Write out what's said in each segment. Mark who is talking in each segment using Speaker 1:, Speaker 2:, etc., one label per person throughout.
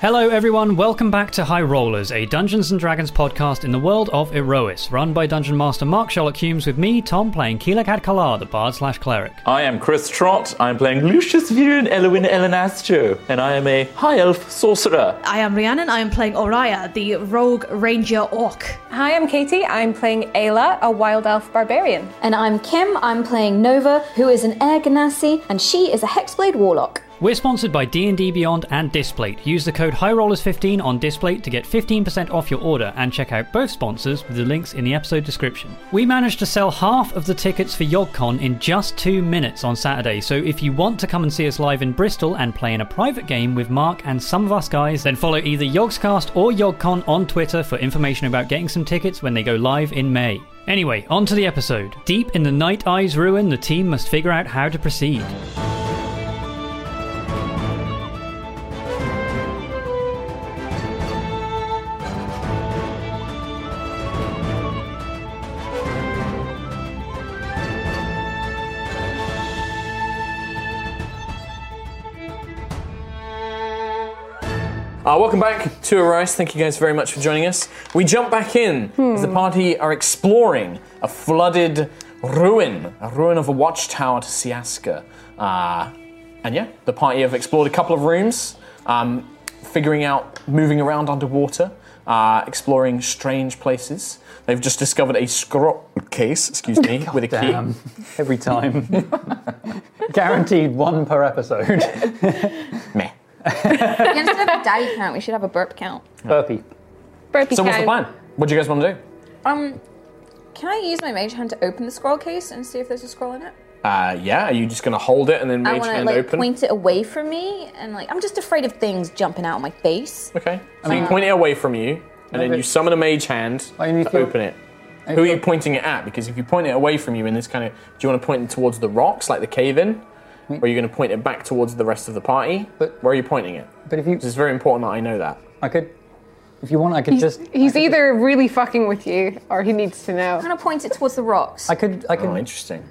Speaker 1: Hello, everyone. Welcome back to High Rollers, a Dungeons and Dragons podcast in the world of Erois, run by Dungeon Master Mark Sherlock Humes, with me, Tom, playing Keelak Adkalar, the bard slash cleric.
Speaker 2: I am Chris Trott. I'm playing Lucius Viren Elwin Elenastro, and I am a high elf sorcerer.
Speaker 3: I am Rhiannon. I am playing Oriah, the rogue ranger orc.
Speaker 4: Hi, I'm Katie. I'm playing Ayla, a wild elf barbarian.
Speaker 5: And I'm Kim. I'm playing Nova, who is an air ganassi, and she is a hexblade warlock.
Speaker 1: We're sponsored by D&D Beyond and Displate. Use the code HighRollers15 on Displate to get 15% off your order and check out both sponsors with the links in the episode description. We managed to sell half of the tickets for YogCon in just two minutes on Saturday, so if you want to come and see us live in Bristol and play in a private game with Mark and some of us guys, then follow either Yogscast or YogCon on Twitter for information about getting some tickets when they go live in May. Anyway, on to the episode. Deep in the Night Eye's ruin, the team must figure out how to proceed.
Speaker 2: Uh, welcome back to Arise. Thank you guys very much for joining us. We jump back in as the party are exploring a flooded ruin, a ruin of a watchtower to Siaska. Uh, and yeah, the party have explored a couple of rooms, um, figuring out moving around underwater, uh, exploring strange places. They've just discovered a scroll case, excuse me, with a key.
Speaker 6: Damn. Every time. Guaranteed one per episode.
Speaker 2: Meh.
Speaker 5: Instead of a daddy count, we should have a burp count.
Speaker 6: Burpee.
Speaker 4: Burpee
Speaker 2: So what's the
Speaker 4: count.
Speaker 2: plan? What do you guys want to do?
Speaker 5: Um, can I use my mage hand to open the scroll case and see if there's a scroll in it?
Speaker 2: Uh, yeah, are you just going to hold it and then
Speaker 5: I
Speaker 2: mage
Speaker 5: want to
Speaker 2: hand
Speaker 5: like
Speaker 2: open?
Speaker 5: point it away from me, and like I'm just afraid of things jumping out of my face.
Speaker 2: Okay. So you point it away from you, and then
Speaker 6: Okay.
Speaker 2: you summon a mage hand
Speaker 6: I need
Speaker 2: to
Speaker 6: to-
Speaker 2: open it.
Speaker 6: I
Speaker 2: Who are you
Speaker 6: thought-
Speaker 2: pointing it at? Because if you point it away from you in this kind of, do you want to point it towards the rocks like the cave in, or are you going to point it back towards the rest of the party?
Speaker 6: But-
Speaker 2: Where are you pointing it?
Speaker 6: But if you,
Speaker 2: It's very important that I know that.
Speaker 6: I could, if you want, I could just.
Speaker 4: He's either really fucking with you or he needs to know.
Speaker 5: I'm gonna point it towards the rocks.
Speaker 6: I could, I could.
Speaker 2: Oh, interesting.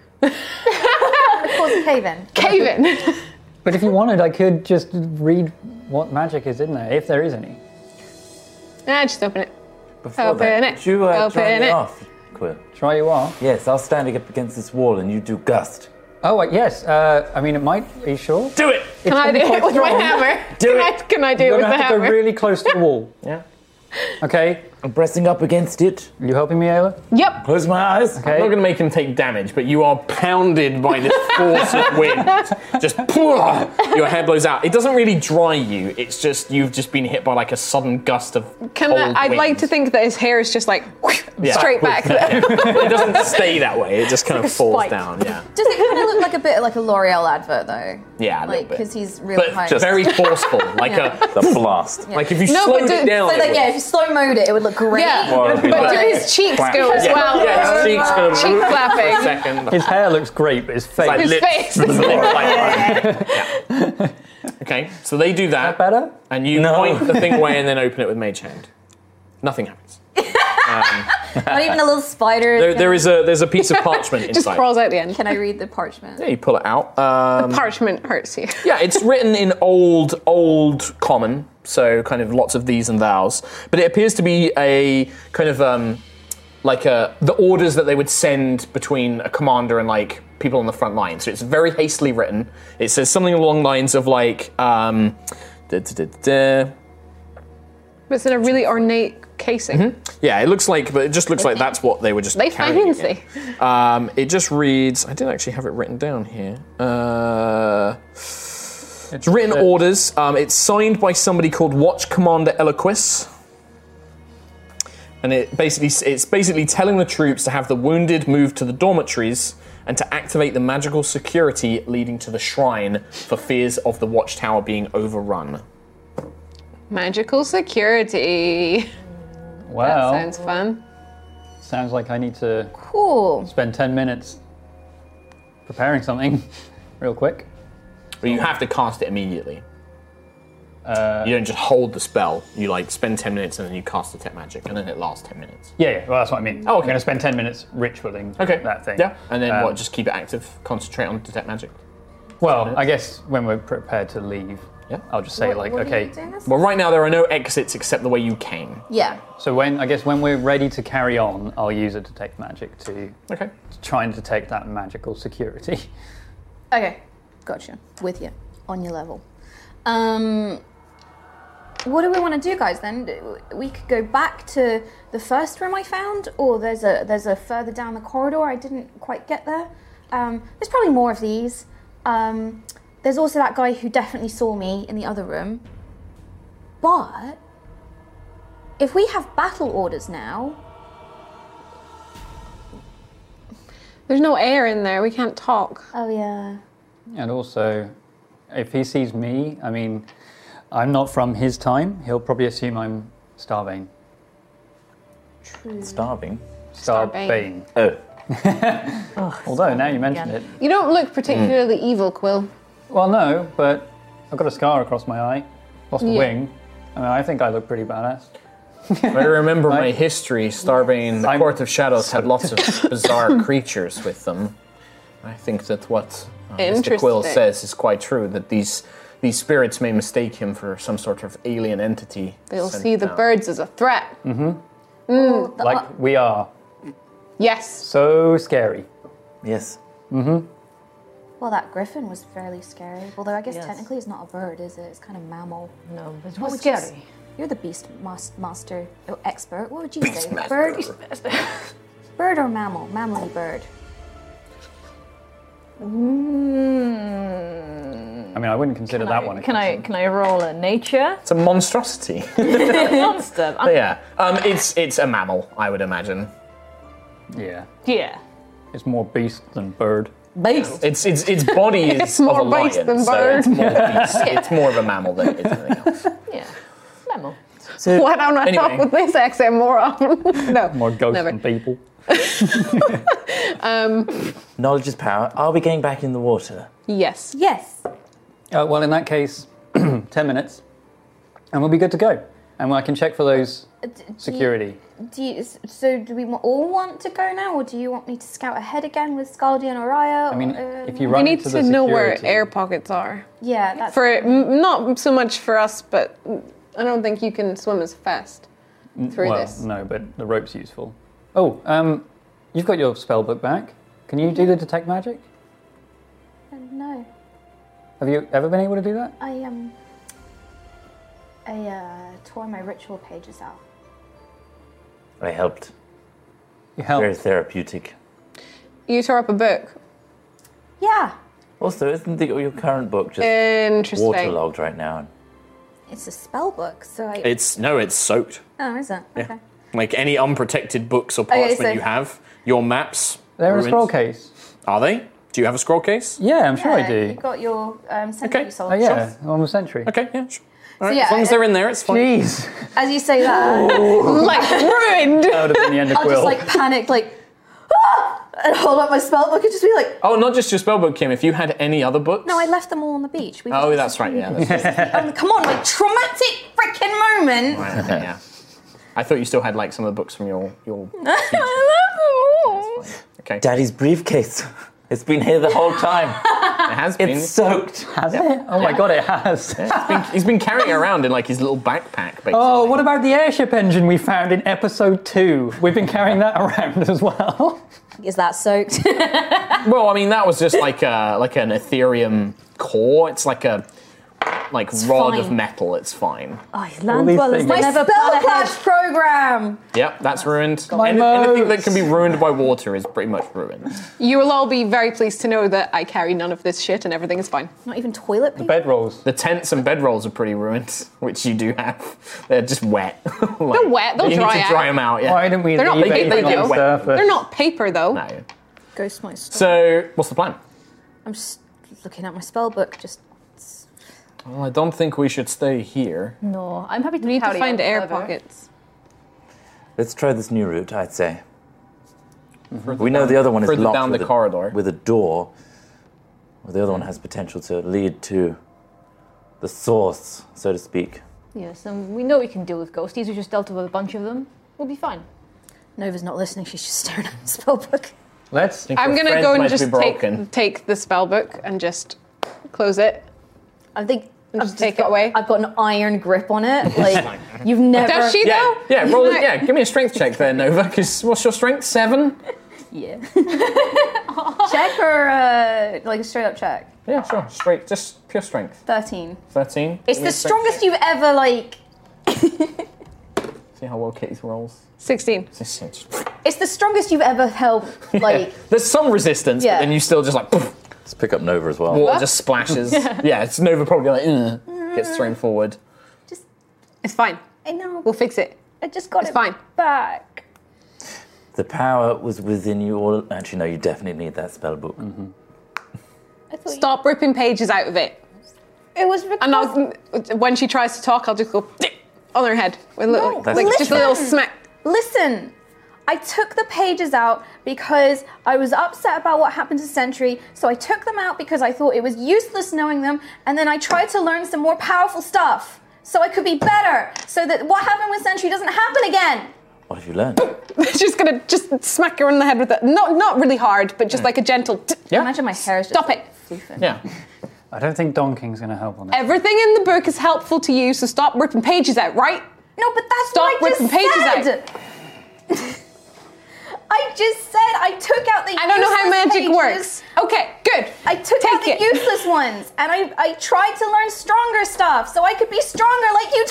Speaker 5: towards the cave in.
Speaker 4: Caven!
Speaker 6: But if you wanted, I could just read what magic is in there, if there is any.
Speaker 4: nah, just open it.
Speaker 7: Before
Speaker 4: Open
Speaker 7: that,
Speaker 4: it.
Speaker 7: could you uh,
Speaker 4: Open
Speaker 7: dry me
Speaker 4: it.
Speaker 7: off, Quill?
Speaker 6: Try you are.
Speaker 7: Yes, I'll stand up against this wall and you do gust.
Speaker 6: Oh wait, yes. Uh, I mean, it might. Are you sure?
Speaker 2: Do it.
Speaker 4: Can I do it with my hammer?
Speaker 7: Do
Speaker 4: can,
Speaker 7: it.
Speaker 4: I, can I do
Speaker 6: You're
Speaker 4: it with
Speaker 6: gonna
Speaker 4: the
Speaker 6: have to go
Speaker 4: hammer?
Speaker 6: really close to the wall.
Speaker 2: Yeah.
Speaker 6: Okay.
Speaker 7: I'm pressing up against it.
Speaker 6: You helping me, Ayla?
Speaker 4: yep.
Speaker 7: Close my eyes.
Speaker 6: Okay.
Speaker 2: I'm not going to make him take damage, but you are pounded by this force of wind. Just your hair blows out. It doesn't really dry you. It's just you've just been hit by like a sudden gust of.
Speaker 4: Can
Speaker 2: cold
Speaker 4: I, I'd like
Speaker 2: wind.
Speaker 4: to think that his hair is just like
Speaker 2: Yeah.
Speaker 4: straight back.
Speaker 2: it doesn't stay that way. It just kind of falls
Speaker 4: spike.
Speaker 2: down. Yeah,
Speaker 5: Does it kind of look like a bit like a L'Oreal advert though?
Speaker 2: yeah, a
Speaker 5: Like
Speaker 2: little bit.
Speaker 5: because he's really
Speaker 2: but
Speaker 5: high.
Speaker 2: just very forceful, like a
Speaker 7: The blast.
Speaker 2: like if you
Speaker 4: No, but
Speaker 2: slowed it
Speaker 4: do-
Speaker 2: down.
Speaker 5: so
Speaker 2: it
Speaker 5: like
Speaker 2: would-
Speaker 5: yeah, if you slow mode it, it would look great.
Speaker 4: Yeah.
Speaker 7: Or it'd be
Speaker 4: But do
Speaker 7: like-
Speaker 4: his cheeks go as
Speaker 2: yeah,
Speaker 4: well?
Speaker 2: yeah, his cheeks kind of
Speaker 4: Cheek
Speaker 2: for a
Speaker 4: flapping.
Speaker 2: second.
Speaker 6: His hair looks great, but his face.
Speaker 2: like
Speaker 4: His
Speaker 2: lips.
Speaker 4: face.
Speaker 2: Lip like- yeah. Okay, so they do that,
Speaker 6: better?
Speaker 2: and you point the thing away and then open it with mage hand. Nothing happens.
Speaker 5: Not even a little spider.
Speaker 2: There,
Speaker 5: can,
Speaker 2: there is a there's a piece of parchment
Speaker 4: Just
Speaker 2: inside.
Speaker 4: crawls out the end.
Speaker 5: Can I read the parchment?
Speaker 2: Yeah, you pull it out. Um,
Speaker 4: Parchment hurts you.
Speaker 2: Yeah, it's written in old, old common, so kind of lots of these and thous. But it appears to be a kind of um, like a, the orders that they would send between a commander and like people on the front line. So it's very hastily written. It says something along the lines of like, um, da, da, da, da, da.
Speaker 4: But it's in a really ornate casing.
Speaker 2: yeah, it looks like, but it just looks like that's what they were just.
Speaker 4: They
Speaker 2: carrying Mm-hmm. it.
Speaker 4: fancy.
Speaker 2: Um, it just reads. I didn't actually have it written down here. Uh, it's written
Speaker 6: uh,
Speaker 2: orders. Um, it's signed by somebody called Watch Commander Eloquus, and it basically it's basically telling the troops to have the wounded moved to the dormitories and to activate the magical security leading to the shrine for fears of the watchtower being overrun.
Speaker 8: Magical security.
Speaker 2: Oh.
Speaker 6: Well,
Speaker 8: Sounds fun.
Speaker 6: sounds like I need to
Speaker 5: Cool.
Speaker 6: spend 10 minutes preparing something real quick.
Speaker 2: But you have to cast it immediately. you don't just hold the spell. You like spend ten minutes and then you cast the tech magic, and then it lasts ten minutes.
Speaker 6: Yeah, yeah, well, that's what I mean.
Speaker 2: Oh,
Speaker 6: I'm
Speaker 2: okay.
Speaker 6: going to spend 10 minutes ritualing that thing.
Speaker 2: Yeah. And then
Speaker 6: Um,
Speaker 2: what? Just keep it active. Concentrate on detect magic.
Speaker 6: Well, I guess when we're prepared to leave,
Speaker 2: Yeah.
Speaker 6: I'll just say, like, okay,
Speaker 2: Well, right now there are no exits except the way you came.
Speaker 5: Yeah.
Speaker 6: so when, I guess when we're ready to carry on, I'll use a detect magic to
Speaker 2: Okay.
Speaker 6: try and detect that magical security.
Speaker 5: Okay. Gotcha. With you. On your level. Um. What do we want to do, guys? Then Do- we could go back to the first room I found, or there's a there's a further down the corridor. I didn't quite get there. Um, there's probably more of these. Um, there's also that guy who definitely saw me in the other room. But if we have battle orders now,
Speaker 8: There's no air in there. We can't talk.
Speaker 5: oh yeah,
Speaker 6: And also, if he sees me, I mean, I'm not from his time. He'll probably assume I'm Starbane.
Speaker 7: Starving.
Speaker 6: Starbane.
Speaker 7: Oh.
Speaker 6: Although now you mention it,
Speaker 8: You don't look particularly evil, Quill.
Speaker 6: well, no, but I've got a scar across my eye, lost a
Speaker 8: Yeah.
Speaker 6: wing. I mean, I think I look pretty badass.
Speaker 2: I remember my
Speaker 6: Right.
Speaker 2: history. Starbane, the
Speaker 6: I'm-
Speaker 2: Court of Shadows had lots of bizarre creatures with them. I think that what uh, Mr. Quill
Speaker 8: Interesting.
Speaker 2: says is quite true. That these these spirits may mistake him for some sort of alien entity.
Speaker 8: They'll
Speaker 2: sent
Speaker 8: see the
Speaker 2: down.
Speaker 8: birds as a threat.
Speaker 6: Like we are
Speaker 8: Yes.
Speaker 6: so scary.
Speaker 7: Yes.
Speaker 5: well that griffin was fairly scary. Although I guess
Speaker 9: Yes.
Speaker 5: technically it's not a bird, is it? It's kind of mammal.
Speaker 9: No, but
Speaker 5: What
Speaker 9: what's
Speaker 5: would you s-
Speaker 9: scary?
Speaker 5: You're the beast mas- master or expert. What would you say? Bird, bird or mammal? Mammally bird.
Speaker 6: I mean, I wouldn't consider that one. a
Speaker 9: Can I can I roll a nature
Speaker 2: It's a monstrosity.
Speaker 9: monster?
Speaker 8: Uh,
Speaker 2: But yeah, um, it's it's a mammal, I would imagine.
Speaker 6: Yeah,
Speaker 9: yeah.
Speaker 6: it's more beast than bird.
Speaker 9: Beast.
Speaker 2: It's it's its body is
Speaker 8: It's more
Speaker 2: of a lion,
Speaker 8: beast than
Speaker 2: so
Speaker 8: bird.
Speaker 2: it's more beast. It's more of a mammal than it is anything else.
Speaker 9: Yeah. Mammal.
Speaker 8: Why don't I talk
Speaker 2: Anyway.
Speaker 8: with this accent more often? no.
Speaker 6: More ghosts
Speaker 8: Never.
Speaker 6: than people.
Speaker 7: Knowledge is power. Are we getting back in the water?
Speaker 8: Yes.
Speaker 5: Yes.
Speaker 6: Uh, well, in that case, ten minutes, and we'll be good to go. And I can check for those security.
Speaker 5: Do you, s- so do we wa- all want to go now, or do you want me to scout ahead again with Scaldi and um, Araya?
Speaker 6: I mean, if you
Speaker 8: We
Speaker 6: run
Speaker 8: um, need
Speaker 6: into
Speaker 8: to,
Speaker 6: the
Speaker 8: know where
Speaker 6: security-
Speaker 8: air pockets are.
Speaker 5: yeah, that's
Speaker 8: For m- not so much for us, but I don't think you can swim as fast through
Speaker 6: well,
Speaker 8: this.
Speaker 6: no, but the rope's useful. Oh, um, you've got your spell book back. Can you do the detect magic?
Speaker 5: no.
Speaker 6: Have you ever been able to do that?
Speaker 5: I um, I uh, tore my ritual pages out.
Speaker 7: I helped.
Speaker 6: You help.
Speaker 7: Very therapeutic.
Speaker 8: You tore up a book.
Speaker 5: Yeah,
Speaker 7: Also, isn't the, your current book just
Speaker 8: Uh, Interesting.
Speaker 7: waterlogged right now?
Speaker 5: it's a spell book, so I.
Speaker 2: It's no, it's soaked.
Speaker 5: oh, is it? Okay.
Speaker 2: Like any unprotected books or
Speaker 5: Okay,
Speaker 2: parchment
Speaker 5: so-
Speaker 2: you have, your maps.
Speaker 6: They're in a
Speaker 2: ruins-
Speaker 6: scroll case.
Speaker 2: Are they? Do you have a scroll case?
Speaker 6: Yeah, I'm sure I
Speaker 5: Yeah,
Speaker 6: do.
Speaker 5: You Uh, got your um, sentry
Speaker 2: Okay.
Speaker 5: sword.
Speaker 6: oh yeah, I'm a sentry.
Speaker 2: Okay, yeah. Sure. All right.
Speaker 5: yeah,
Speaker 2: as long as
Speaker 5: I-
Speaker 2: they're in there, it's fine.
Speaker 6: Jeez,
Speaker 5: As you say that,
Speaker 8: like ruined.
Speaker 6: that would have been the end of
Speaker 5: I'll just
Speaker 6: Quill.
Speaker 5: like panic, like, "Ah!" and hold up my spellbook and just be like,
Speaker 2: Oh, not just your spellbook, Kim. If you had any other books.
Speaker 5: no, I left them all on the beach. We
Speaker 2: Oh, that's right. Yeah. That's right.
Speaker 5: Um, come on, like, traumatic freaking moment.
Speaker 2: right, okay, yeah. I thought you still had like some of the books from your your.
Speaker 5: I love them all.
Speaker 2: Okay.
Speaker 7: Daddy's briefcase. It's been here the whole time.
Speaker 2: It has been.
Speaker 7: It's soaked.
Speaker 6: has it? Oh my god, it has.
Speaker 2: He's been carrying it around in like his little backpack. Basically.
Speaker 6: Oh, what about the airship engine we found in episode two? We've been carrying that around as well.
Speaker 5: Is that soaked?
Speaker 2: Well, I mean, that was just like a, like an Ethereum core. It's like a like rod
Speaker 5: fine.
Speaker 2: of metal. It's fine.
Speaker 9: Oh, he's
Speaker 6: these
Speaker 9: land
Speaker 6: things.
Speaker 9: dwellers.
Speaker 6: My
Speaker 9: They never
Speaker 5: Spell
Speaker 9: plan
Speaker 5: clash
Speaker 9: ahead.
Speaker 5: program.
Speaker 2: Yep, that's ruined.
Speaker 6: My
Speaker 2: Any- anything that
Speaker 6: modes.
Speaker 2: can be ruined by water is pretty much ruined.
Speaker 8: You will all be very pleased to know that I carry none of this shit and everything is fine.
Speaker 5: Not even toilet paper.
Speaker 6: Bedrolls.
Speaker 2: The tents and bedrolls are pretty ruined, which you do have. They're just wet. Like,
Speaker 8: They're wet, they'll
Speaker 2: you
Speaker 8: dry
Speaker 2: need to
Speaker 8: out.
Speaker 2: dry them out. Yeah.
Speaker 6: Why didn't we
Speaker 8: They're not
Speaker 6: leave
Speaker 8: big,
Speaker 6: anything
Speaker 8: they
Speaker 6: on
Speaker 8: do.
Speaker 6: the surface?
Speaker 8: They're not paper though.
Speaker 2: No.
Speaker 5: Ghost my stuff.
Speaker 2: So, what's the plan?
Speaker 5: I'm just looking at my spell book. Just
Speaker 2: Well, I don't think we should stay here.
Speaker 5: oh,
Speaker 9: No, I'm happy to
Speaker 8: We need to
Speaker 9: carry
Speaker 8: find
Speaker 9: on
Speaker 8: air
Speaker 9: further.
Speaker 8: pockets.
Speaker 7: Let's try this new route, I'd say. We know the other one is
Speaker 2: Further
Speaker 7: locked
Speaker 2: down
Speaker 7: with
Speaker 2: the
Speaker 7: a,
Speaker 2: corridor.
Speaker 7: with a door. Well, the other one has potential to lead to the source, so to speak.
Speaker 9: Yes, and we know we can deal with ghosties. We just dealt with a bunch of them. We'll be fine.
Speaker 5: Nova's not listening. She's just staring at the spell book.
Speaker 2: Let's.
Speaker 8: I'm gonna go and just take, take the spell book and just close it.
Speaker 5: I think.
Speaker 8: And just take it away.
Speaker 5: I've got an iron grip on it. Like you've never.
Speaker 8: Does she
Speaker 2: Yeah,
Speaker 8: though?
Speaker 2: yeah, roll, yeah, give me a strength check there, Nova, because what's your strength? Seven?
Speaker 5: Yeah. check or uh, like a straight up check.
Speaker 2: Yeah, sure. Straight, just pure strength.
Speaker 5: Thirteen.
Speaker 2: 13.
Speaker 5: It's
Speaker 2: Give me
Speaker 5: the
Speaker 2: a strength
Speaker 5: strongest you've ever like.
Speaker 2: check. See how well Kitty's rolls.
Speaker 8: 16.
Speaker 2: Just- just-
Speaker 5: It's the strongest you've ever held. Like
Speaker 2: There's some resistance,
Speaker 5: Yeah.
Speaker 2: but then you still just like, poof,
Speaker 7: Let's pick up Nova as well.
Speaker 2: water just splashes. yeah, it's Nova probably like, "Ugh," gets thrown forward.
Speaker 8: It's fine.
Speaker 5: I know.
Speaker 8: We'll fix it.
Speaker 5: I just got
Speaker 8: It's
Speaker 5: it
Speaker 8: fine.
Speaker 5: back.
Speaker 7: The power was within you all. Actually, no, you definitely need that spell book.
Speaker 2: Mm.
Speaker 5: I thought
Speaker 8: Stop ripping pages out of it.
Speaker 5: you- it was because
Speaker 8: And I'll, when she tries to talk, I'll just go on her head with a little,
Speaker 5: No,
Speaker 8: like,
Speaker 7: That's
Speaker 8: just a little
Speaker 5: listen.
Speaker 8: smack.
Speaker 5: Listen, I took the pages out because I was upset about what happened to Sentry, so I took them out because I thought it was useless knowing them, and then I tried to learn some more powerful stuff so I could be better, so that what happened with Sentry doesn't happen again.
Speaker 7: What have you learned?
Speaker 8: She's gonna just smack her on the head with it. Not not really hard, but just like a gentle. T-
Speaker 2: Yeah.
Speaker 5: Imagine my hair is just
Speaker 8: Stop it.
Speaker 5: floofing.
Speaker 2: Yeah.
Speaker 6: I don't think donking's going to help on that.
Speaker 8: Everything in the book is helpful to you, so stop ripping pages out, right?
Speaker 5: No, but that's
Speaker 8: Stop
Speaker 5: what I just
Speaker 8: ripping pages
Speaker 5: said. I just said I took out the.
Speaker 8: I don't know how
Speaker 5: useless
Speaker 8: magic
Speaker 5: pages.
Speaker 8: works. Okay, good.
Speaker 5: I took
Speaker 8: Take
Speaker 5: out the
Speaker 8: it.
Speaker 5: useless ones, and I, I tried to learn stronger stuff so I could be stronger like you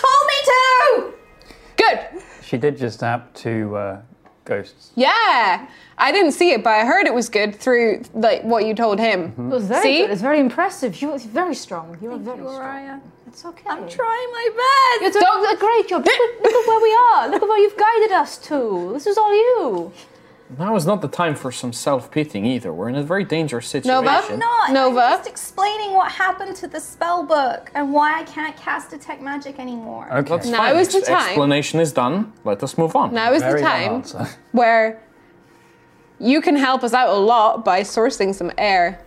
Speaker 5: told me to!
Speaker 8: Good.
Speaker 6: She did just zap two uh, ghosts.
Speaker 8: Yeah. I didn't see it, but I heard it was good through like what you told him.
Speaker 5: Mm-hmm.
Speaker 9: It was very
Speaker 8: See?
Speaker 9: good. It's very impressive. You are very strong. You are very strong. It's okay.
Speaker 5: I'm trying my
Speaker 9: You're
Speaker 5: best!
Speaker 9: doing a great job. Look, at- look at where we are. Look at where you've guided us to. This is all you.
Speaker 2: Now is not the time for some self pitying either. We're in a very dangerous situation.
Speaker 8: Nova?
Speaker 5: I'm not!
Speaker 8: Nova?
Speaker 5: I'm just explaining what happened to the spell book and why I can't cast detect magic anymore.
Speaker 6: Okay.
Speaker 2: That's
Speaker 8: Now
Speaker 2: fine.
Speaker 8: is the
Speaker 2: Ex-
Speaker 8: time.
Speaker 2: Explanation is done. Let us move on.
Speaker 8: Now is
Speaker 6: Very
Speaker 8: the
Speaker 6: long
Speaker 8: time
Speaker 6: answer.
Speaker 8: where you can help us out a lot by sourcing some air.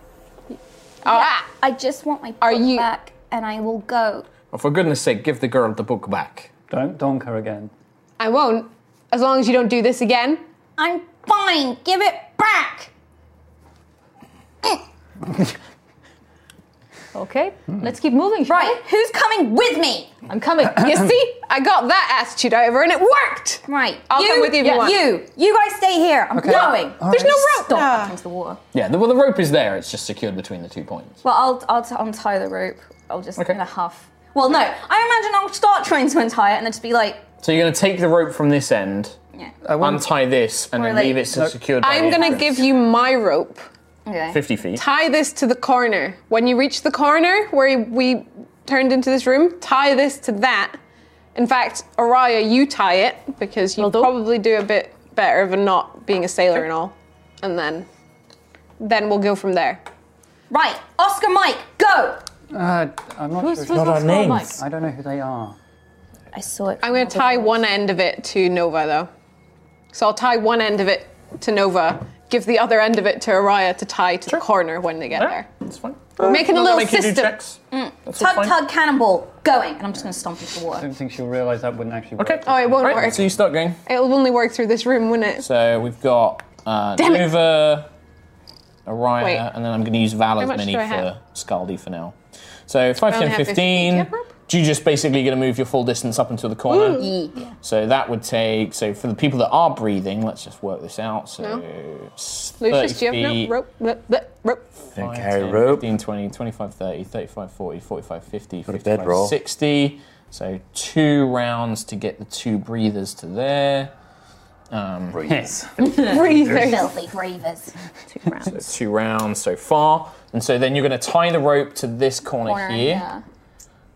Speaker 8: Ah,
Speaker 5: I just want my book
Speaker 8: Are you-
Speaker 5: back and I will go.
Speaker 2: Oh, for goodness sake, give the girl the book back.
Speaker 6: Don't donk her again.
Speaker 8: I won't, as long as you don't do this again.
Speaker 5: I'm fine! Give it back!
Speaker 9: Okay, let's keep moving. shall
Speaker 5: Right, who's coming with me?
Speaker 9: we? I'm coming.
Speaker 8: You see, I got that attitude out of her, and it worked.
Speaker 5: Right.
Speaker 8: I'll come with you if you want.
Speaker 5: You! You guys stay here! I'm going!
Speaker 8: There's no rope.
Speaker 5: Stop!
Speaker 8: Ah.
Speaker 5: Here comes the water.
Speaker 2: Yeah, the, well, the rope is there. It's just secured between the two points.
Speaker 5: Well, I'll, I'll t- untie the rope. I'll just
Speaker 2: Okay.
Speaker 5: in a huff. Well, no, I imagine I'll start trying to untie it and then just be like,
Speaker 2: So you're going to take the rope from this end,
Speaker 5: yeah,
Speaker 2: untie this, and
Speaker 5: Or
Speaker 2: then
Speaker 5: like-
Speaker 2: leave it so secured. by
Speaker 8: I'm
Speaker 2: the
Speaker 8: gonna
Speaker 2: entrance.
Speaker 8: give you my rope.
Speaker 5: okay.
Speaker 2: fifty feet.
Speaker 8: Tie this to the corner. When you reach the corner where we turned into this room, tie this to that. In fact, Araya, you tie it because you
Speaker 9: Will do.
Speaker 8: probably do a bit better of a knot being a sailor and all. And then, then we'll go from there.
Speaker 5: Right, Oscar, Mike, go.
Speaker 6: Uh, I'm not
Speaker 9: Who's, who's
Speaker 6: sure.
Speaker 7: Not our
Speaker 9: who's
Speaker 5: Oh
Speaker 9: called Mike?
Speaker 7: names.
Speaker 6: I don't know who they are.
Speaker 5: I saw it.
Speaker 8: I'm going to tie one end of it to Nova though. So I'll tie one end of it to Nova, give the other end of it to Araya to tie to the corner when they get
Speaker 2: Yeah,
Speaker 8: there.
Speaker 2: that's fine.
Speaker 8: making a
Speaker 2: Not gonna
Speaker 8: little
Speaker 2: make you do
Speaker 8: system. Mm.
Speaker 2: checks. That's all
Speaker 5: Tug,
Speaker 2: fine.
Speaker 5: tug, cannonball, going, and I'm just gonna stomp into the
Speaker 6: I
Speaker 5: water.
Speaker 6: don't think she'll realise that wouldn't actually work.
Speaker 2: Okay.
Speaker 8: Oh, it won't
Speaker 2: Right,
Speaker 8: work.
Speaker 2: So you start going.
Speaker 8: It'll only work through this room, wouldn't it?
Speaker 2: So we've got uh,
Speaker 8: Damn it.
Speaker 2: Nova, Araya,
Speaker 8: Wait.
Speaker 2: and then I'm going to use Valor's
Speaker 8: much
Speaker 2: mini
Speaker 8: do
Speaker 2: for
Speaker 8: I have?
Speaker 2: Scaldi for now. So 5,
Speaker 8: only
Speaker 2: 10,
Speaker 8: have
Speaker 2: 15.
Speaker 8: 15. Do you have rope?
Speaker 2: You're just basically going to move your full distance up into the corner.
Speaker 5: Yeah.
Speaker 2: So that would take. So for the people that are breathing, let's just work this out. So s- 30
Speaker 8: Lucius, do you have
Speaker 2: feet,
Speaker 8: no rope? Blah, blah, rope.
Speaker 7: Don't
Speaker 2: 5,
Speaker 7: carry
Speaker 2: 10,
Speaker 7: rope.
Speaker 2: 15, 20, 25, 30, 35, 40, 45, 50,
Speaker 7: Got a
Speaker 2: 55,
Speaker 7: bedroll.
Speaker 2: 60. So two rounds to get the two breathers to there. Um,
Speaker 7: Breeze.
Speaker 8: Breather.
Speaker 5: Filthy ravers. Two rounds.
Speaker 2: two rounds so far. And so then you're going to tie the rope to this corner,
Speaker 5: Corner,
Speaker 2: here.
Speaker 5: yeah.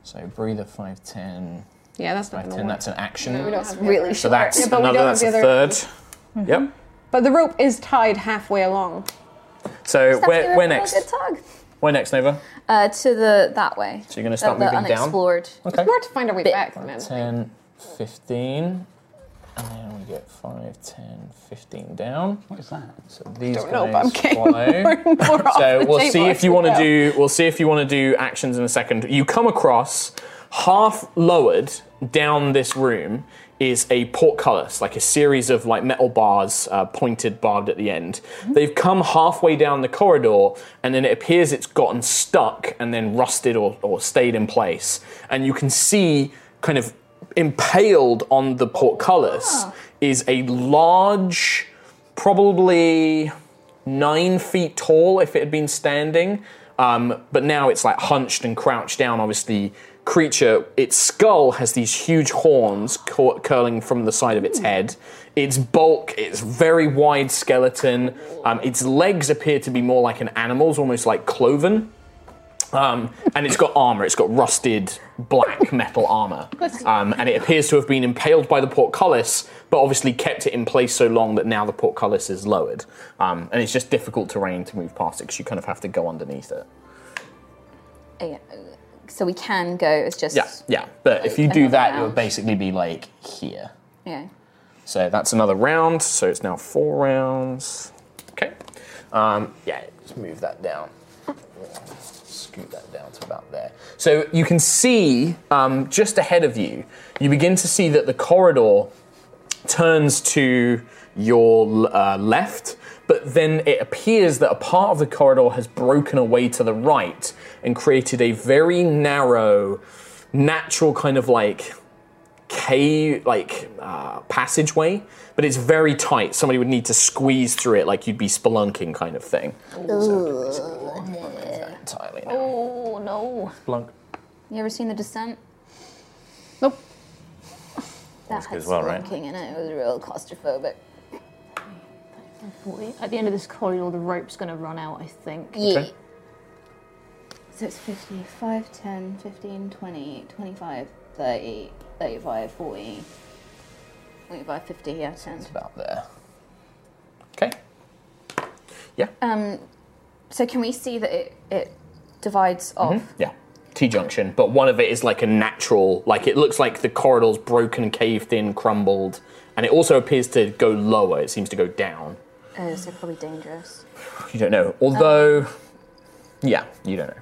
Speaker 2: So breather 5, 10,
Speaker 8: Yeah, that's not
Speaker 2: 5,
Speaker 8: gonna
Speaker 2: 10.
Speaker 8: work.
Speaker 2: That's an action.
Speaker 8: have the
Speaker 5: Really
Speaker 8: other.
Speaker 2: so
Speaker 5: short.
Speaker 2: that's
Speaker 8: Yeah, but we
Speaker 2: another,
Speaker 8: don't
Speaker 2: that's
Speaker 8: have
Speaker 2: a
Speaker 8: the other-
Speaker 2: third. Yep.
Speaker 8: But the rope is tied halfway along.
Speaker 2: So
Speaker 5: Just have to
Speaker 2: where,
Speaker 5: give
Speaker 2: where
Speaker 5: everyone a Good
Speaker 2: next?
Speaker 5: tug.
Speaker 2: Where next, Nova?
Speaker 5: Uh, to the that way.
Speaker 2: So you're gonna
Speaker 5: The-
Speaker 2: start
Speaker 5: the
Speaker 2: moving down?
Speaker 5: unexplored.
Speaker 2: Okay.
Speaker 8: We're to find our way back, man.
Speaker 2: 10, 15. And then we get 5, 10, 15 down. What is that? So these
Speaker 8: Don't know,
Speaker 2: guys
Speaker 8: but I'm getting
Speaker 2: follow. so we'll see if you want to do we'll see if you want to do actions in a second you come across half lowered down this room is a portcullis like a series of like metal bars uh, pointed barbed at the end they've come halfway down the corridor and then it appears it's gotten stuck and then rusted or, or stayed in place and you can see kind of impaled on the portcullis is a large probably nine feet tall if it had been standing. Um, but now it's like hunched and crouched down, obviously. Creature, its skull has these huge horns cur- curling from the side of its head. Its bulk, its very wide skeleton. Um, its legs appear to be more like an animal's, almost like cloven. Um, and it's got armor. It's got rusted black metal armor. Um, and it appears to have been impaled by the portcullis, but obviously kept it in place so long that now the portcullis is lowered. Um, and it's just difficult terrain to move past it because you kind of have to go underneath it.
Speaker 5: Uh, yeah, uh, So we can go. It's just
Speaker 2: Yeah, yeah. But if you do that, it would basically be like here.
Speaker 5: yeah.
Speaker 2: So that's another round. So it's now four rounds. Okay. Um, yeah, just move that down. Scoot that down to about there. So you can see um, just ahead of you, you begin to see that the corridor turns to your uh, left, but then it appears that a part of the corridor has broken away to the right and created a very narrow, natural kind of like cave like uh, passageway but it's very tight somebody would need to squeeze through it like you'd be spelunking kind of thing entirely
Speaker 5: Oh no!
Speaker 2: Splunk.
Speaker 5: You ever seen The Descent?
Speaker 8: Nope.
Speaker 5: That had
Speaker 7: goes well, right?
Speaker 5: splunking in it. It was real claustrophobic.
Speaker 9: At the end of this corridor, the rope's going to run out, I think.
Speaker 5: Yeah. So it's 50, 5, 10, 15, 20, 25, 30, 35, 40, 45, 50, yeah, sounds
Speaker 2: about there. Okay. Yeah.
Speaker 5: Um, so can we see that it, it divides off?
Speaker 7: Mm-hmm.
Speaker 2: Yeah. T junction, but one of it is like a natural, like it looks like the corridor's broken, caved in, crumbled, and it also appears to go lower. It seems to go down.
Speaker 5: Oh, so probably dangerous.
Speaker 2: You don't know. Although, yeah, you don't know.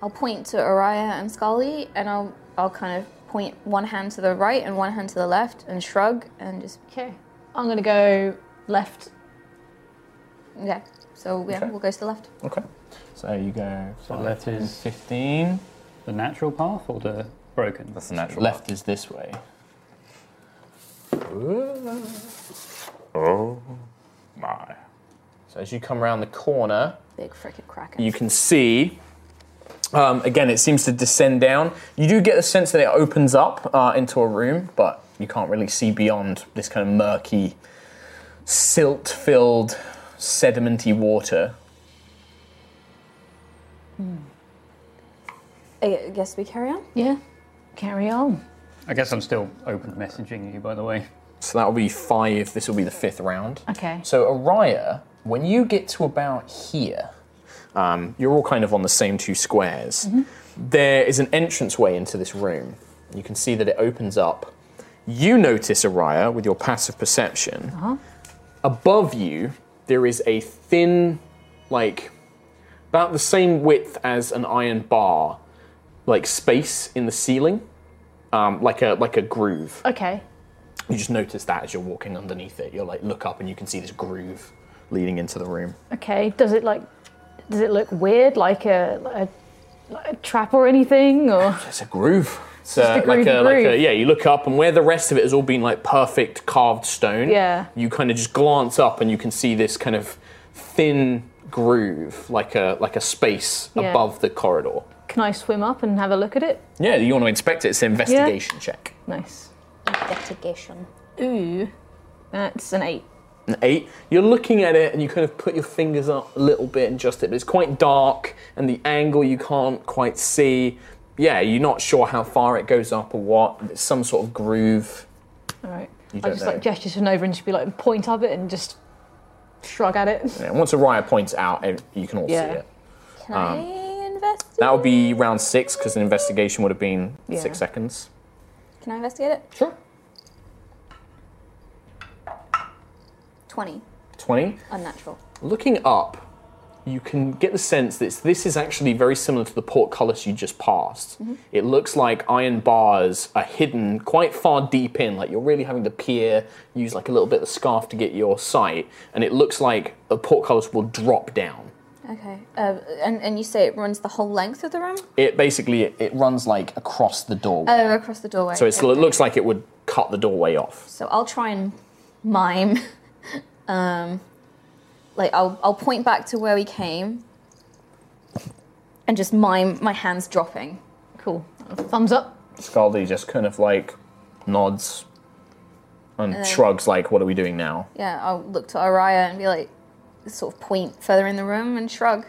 Speaker 5: I'll point to Araya and Scully, and I'll I'll kind of point one hand to the right and one hand to the left, and shrug, and just
Speaker 9: okay. I'm going to go left.
Speaker 5: Yeah. So yeah,
Speaker 2: Okay.
Speaker 5: we'll go to the left.
Speaker 2: Okay. So you go.
Speaker 6: So left is
Speaker 2: 15.
Speaker 6: The natural path or the broken? That's
Speaker 7: the natural
Speaker 2: Left is this way.
Speaker 7: Oh my.
Speaker 2: So as you come around the corner,
Speaker 5: Big frickin' cracker.
Speaker 2: you can see. Um, again, it seems to descend down. You do get the sense that it opens up uh, into a room, but you can't really see beyond this kind of murky, silt-filled, sedimenty water.
Speaker 5: I guess Uh, we carry on.
Speaker 9: Yeah. Carry on.
Speaker 6: I guess I'm still open to messaging you, by the way.
Speaker 2: So that will be five. This will be the fifth round.
Speaker 9: Okay.
Speaker 2: So Araya, when you get to about here, um, you're all kind of on the same two squares. There is an entranceway into this room. You can see that it opens up. You notice Araya with your passive perception. Above you, there is a thin, like about the same width as an iron bar, like space in the ceiling, um, like a like a groove.
Speaker 9: Okay.
Speaker 2: You just notice that as you're walking underneath it. You're like, look up and you can see this groove leading into the room.
Speaker 9: Okay. Does it like? Does it look weird, like a like a, like a trap or anything, or
Speaker 2: It's a groove. It's
Speaker 9: Just
Speaker 2: a-
Speaker 9: a
Speaker 2: like,
Speaker 9: groovy
Speaker 2: a, like a,
Speaker 9: groove.
Speaker 2: yeah, you look up and where the rest of it has all been like perfect carved stone,
Speaker 9: Yeah.
Speaker 2: you kind of just glance up and you can see this kind of thin groove, like a like a space
Speaker 9: Yeah.
Speaker 2: above the corridor.
Speaker 9: can I swim up and have a look at it?
Speaker 2: Yeah, you want to inspect it, it's an investigation check.
Speaker 9: Nice.
Speaker 5: Investigation.
Speaker 9: Ooh, that's an eight.
Speaker 2: an eight. You're looking at it and you kind of put your fingers up a little bit and adjust it, but it's quite dark and the angle you can't quite see. Yeah, you're not sure how far it goes up or what. It's some sort of groove.
Speaker 9: All right.
Speaker 2: You
Speaker 9: I
Speaker 2: don't
Speaker 9: just
Speaker 2: know.
Speaker 9: like gesture to Nova and just be like point up it and just shrug at it.
Speaker 2: Yeah, once Araya points out, ev- you can all
Speaker 9: Yeah.
Speaker 2: see it. Um, That would be round six because an investigation would have been
Speaker 5: Yeah.
Speaker 2: six seconds.
Speaker 5: Can I investigate it?
Speaker 2: Sure.
Speaker 5: 20.
Speaker 2: Twenty.
Speaker 5: Unnatural.
Speaker 2: Looking up, you can get the sense that this is actually very similar to the portcullis you just passed.
Speaker 5: Mhm.
Speaker 2: It looks like iron bars are hidden quite far deep in, like you're really having to peer, use like a little bit of the scarf to get your sight, and it looks like a portcullis will drop down.
Speaker 5: Okay. Uh, and, and you say it runs the whole length of the room?
Speaker 2: It basically it, it runs like across the doorway,
Speaker 5: Oh, across the doorway.
Speaker 2: so it's, it
Speaker 5: Okay.
Speaker 2: looks like it would cut the doorway off.
Speaker 5: So I'll try and mime. um, like I'll I'll point back to where we came, and just mime my hands dropping. Cool. Thumbs up.
Speaker 2: Scaldi just kind of like nods and
Speaker 5: And then-
Speaker 2: shrugs, like, "What are we doing now?"
Speaker 5: Yeah, I'll look to Araya and be like, sort of point further in the room and shrug.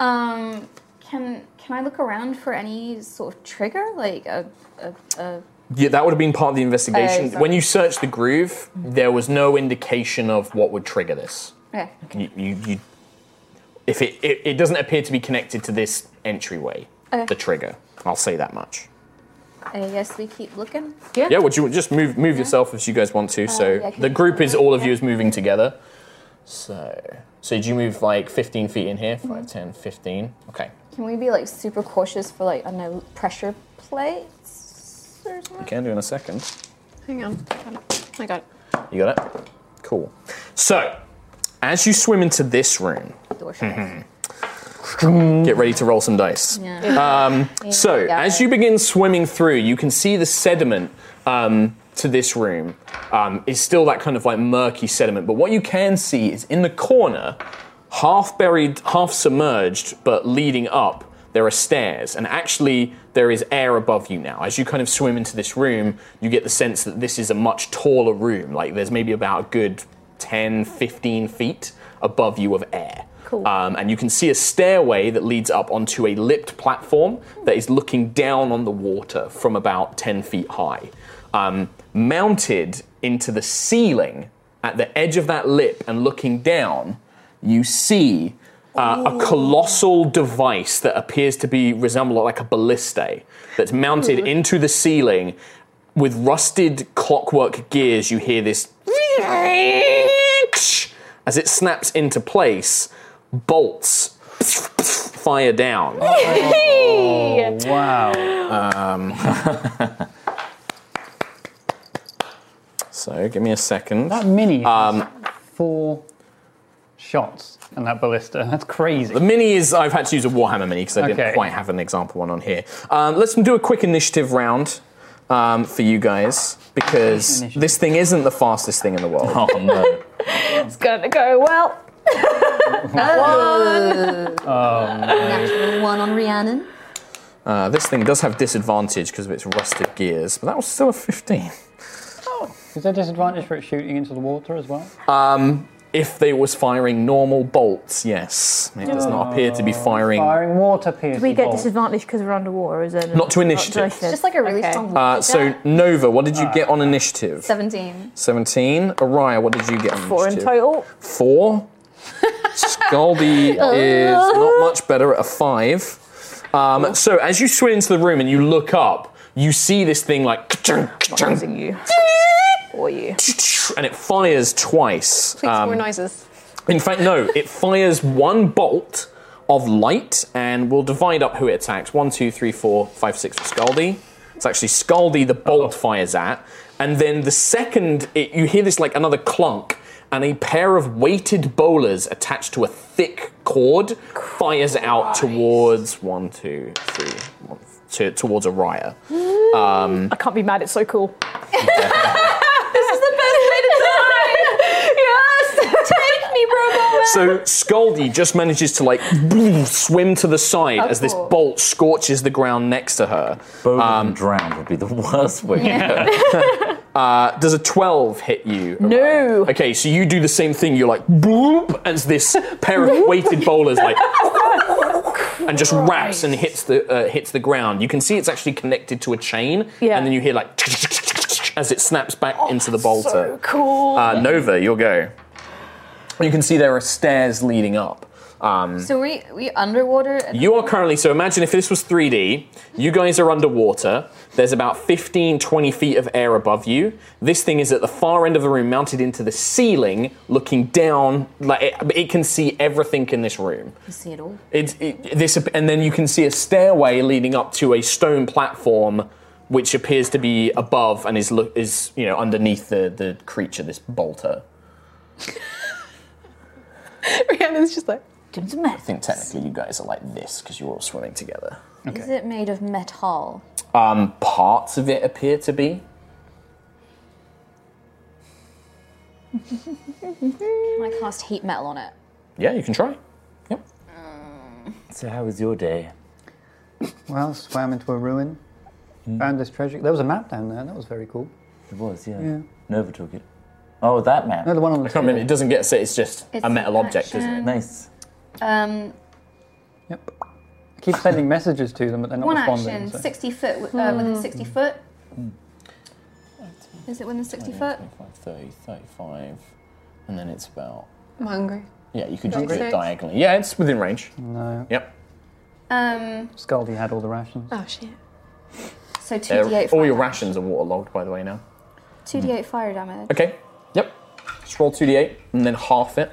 Speaker 5: Um, can can I look around for any sort of trigger, like uh, a a, a
Speaker 2: Yeah, that would have been part of the investigation.
Speaker 5: Oh, sorry.
Speaker 2: when you searched the groove, there was no indication of what would trigger this.
Speaker 5: okay.
Speaker 2: You, you, you if it, it, it doesn't appear to be connected to this entryway,
Speaker 5: Okay.
Speaker 2: the trigger. I'll say that much.
Speaker 5: I guess we keep looking.
Speaker 2: Yeah, would you just move move yourself if you guys want to?
Speaker 5: Uh,
Speaker 2: So
Speaker 5: yeah, I can
Speaker 2: the group is all of you is moving together. So so do you move like 15 feet in here? 5,
Speaker 5: Mm-hmm.
Speaker 2: 10, 15. Okay.
Speaker 5: Can we be like super cautious for like I don't know pressure plates or something?
Speaker 2: You can do in a second.
Speaker 8: Hang on. I got it.
Speaker 2: You got it? Cool. So, as you swim into this room, Mm-hmm. get ready to roll some dice.
Speaker 5: Mm. Yeah.
Speaker 2: Um, so, as you begin swimming through, you can see the sediment um, to this room um, is still that kind of like murky sediment. But what you can see is in the corner, half buried, half submerged, but leading up, there are stairs. And actually, there is air above you now. As you kind of swim into this room, you get the sense that this is a much taller room. Like there's maybe about a good 10, 15 feet above you of air. Cool. Um, and you can see a stairway that leads up onto a lipped platform that is looking down on the water from about 10 feet high. Um, mounted into the ceiling at the edge of that lip and looking down, you see uh, a colossal device that appears to be resemble like a ballistae that's mounted
Speaker 10: Ooh.
Speaker 2: into the ceiling with rusted clockwork gears. You hear this as it snaps into place. Bolts fire down.
Speaker 9: Oh,
Speaker 2: wow. Um, so give me a second.
Speaker 6: That mini um, four shots and that ballista. That's crazy.
Speaker 2: The mini is I've had to use a Warhammer mini because I
Speaker 6: Okay.
Speaker 2: didn't quite have an example one on here. Um, let's do a quick initiative round um, for you guys because this thing isn't the fastest thing in the world. Oh no!
Speaker 9: It's gonna go well.
Speaker 5: One.
Speaker 2: oh
Speaker 5: Natural one on Rhiannon.
Speaker 2: Uh, this thing does have disadvantage because of its rusted gears, but that was still a fifteen.
Speaker 6: Is there disadvantage for it shooting into the water as well?
Speaker 2: Um, if they was firing normal bolts, yes, it does not appear to be firing.
Speaker 6: Firing water piercing.
Speaker 9: Do we get
Speaker 6: bolt.
Speaker 9: disadvantage because we're underwater? Is it
Speaker 2: Not to initiative. Uh, It's
Speaker 5: just like a really strong
Speaker 2: Uh, so Nova, what did you get on initiative?
Speaker 5: 17.
Speaker 2: 17. Araya, what did you get on
Speaker 9: Four in
Speaker 2: initiative?
Speaker 9: total.
Speaker 2: Four. Scaldi is not much better at a five. Um, so as you swim into the room and you look up, you see this thing like
Speaker 8: Using you. Or you.
Speaker 2: and it fires twice.
Speaker 8: Please,
Speaker 2: Um,
Speaker 8: more noises.
Speaker 2: in fact, no, it fires one bolt of light and we'll divide up who it attacks. One, two, three, four, five, six for Scaldi. It's actually Scaldi the bolt fires at. And then the second, it, you hear this like another clunk, and a pair of weighted bowlers attached to a thick cord fires out towards one, two, three, one, to, towards Araya. Um,
Speaker 9: I can't be mad. It's so cool.
Speaker 5: This is the best way to die! yes! Take me, Robo!
Speaker 2: So Scaldi just manages to like swim to the side
Speaker 5: How
Speaker 2: as this
Speaker 5: cool.
Speaker 2: bolt scorches the ground next to her. Both um, drowned would be the worst way.
Speaker 8: Yeah.
Speaker 2: uh, does a twelve hit you?
Speaker 8: No.
Speaker 2: Okay, so you do the same thing. You're like bloop, as this pair of weighted bowlers like and just wraps and hits the uh, hits the ground. You can see it's actually connected to a chain,
Speaker 9: Yeah. Oh,
Speaker 2: and then you hear like as it snaps back into the bolter.
Speaker 9: So cool.
Speaker 2: Uh, Nova, your go. You can see there are stairs leading up. Um,
Speaker 5: So we we underwater. at the-
Speaker 2: you are currently, so imagine if this was 3D, you guys are underwater. There's about 15, 20 feet of air above you. This thing is at the far end of the room, mounted into the ceiling, looking down. Like it, it can see everything in this room.
Speaker 5: You see it all.
Speaker 2: It, it, this, and then you can see a stairway leading up to a stone platform, which appears to be above and is lo- is you know underneath the, the creature, this bolter.
Speaker 8: Rhiannon's just like,
Speaker 5: doing some
Speaker 2: I think technically you guys are like this because you're all swimming together.
Speaker 5: Is it made of metal?
Speaker 2: Um, parts of it appear to be.
Speaker 5: Can I cast heat metal on it?
Speaker 2: Yeah, you can try.
Speaker 5: Um.
Speaker 7: So, how was your day?
Speaker 6: Well, swam into a ruin, found this treasure. There was a map down there. That was very cool.
Speaker 7: It was, yeah.
Speaker 6: Yeah.
Speaker 7: Nova took it. Oh, that map.
Speaker 6: No, the one on the.
Speaker 2: I can't remember. It doesn't get set. It's just
Speaker 5: It's
Speaker 2: a metal
Speaker 5: an
Speaker 2: object, isn't it?
Speaker 5: action.
Speaker 7: Nice.
Speaker 5: Um,
Speaker 6: I keep sending messages to them, but they're not
Speaker 5: one
Speaker 6: responding.
Speaker 5: action,
Speaker 6: so-
Speaker 5: sixty foot uh, within
Speaker 10: Hmm.
Speaker 5: sixty foot. Is it within sixty foot?
Speaker 2: 25, 30, 35, and then it's about.
Speaker 8: I'm hungry.
Speaker 2: Yeah, you could just do it
Speaker 8: 26.
Speaker 2: diagonally. Yeah, it's within range.
Speaker 6: No.
Speaker 2: Yep.
Speaker 5: Um,
Speaker 6: Scaldy had all the rations.
Speaker 8: Oh shit.
Speaker 5: so two
Speaker 2: Uh,
Speaker 5: d eight.
Speaker 2: all your rations are waterlogged, by the way, now.
Speaker 5: Two d eight fire damage.
Speaker 2: Hmm. Okay. Yep. Just roll 2d8 and then half it.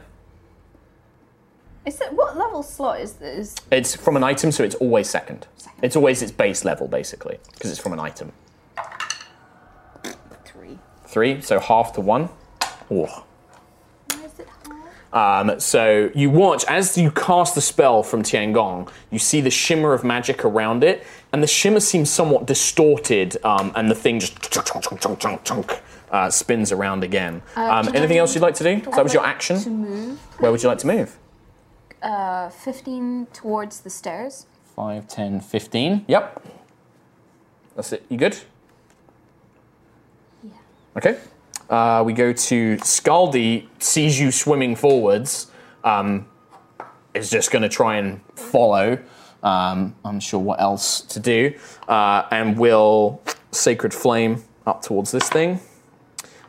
Speaker 5: Is it what level slot is this?
Speaker 2: It's from an item, so it's always second. It's always its base level, basically, because it's from an item.
Speaker 5: Three.
Speaker 2: Three, so half to one. Oh.
Speaker 5: Why is it high?
Speaker 2: Um, so you watch as you cast the spell from Tiangong, you see the shimmer of magic around it, and the shimmer seems somewhat distorted, um, and the thing just chunk, chunk, chunk, chunk, chunk, chunk, uh, spins around again.
Speaker 5: Uh,
Speaker 2: Um,
Speaker 5: can
Speaker 2: anything
Speaker 5: I-
Speaker 2: else you'd like to do? So
Speaker 5: I
Speaker 2: that was your
Speaker 5: like To
Speaker 2: action.
Speaker 5: move,
Speaker 2: Where would you like to move?
Speaker 5: uh, fifteen towards the stairs.
Speaker 2: 5, 10, 15. Yep. That's it. You good?
Speaker 5: Yeah.
Speaker 2: Okay. Uh, we go to Scaldi, sees you swimming forwards, um, is just going to try and follow. Um, I'm sure what else to do. Uh, and will Sacred Flame up towards this thing.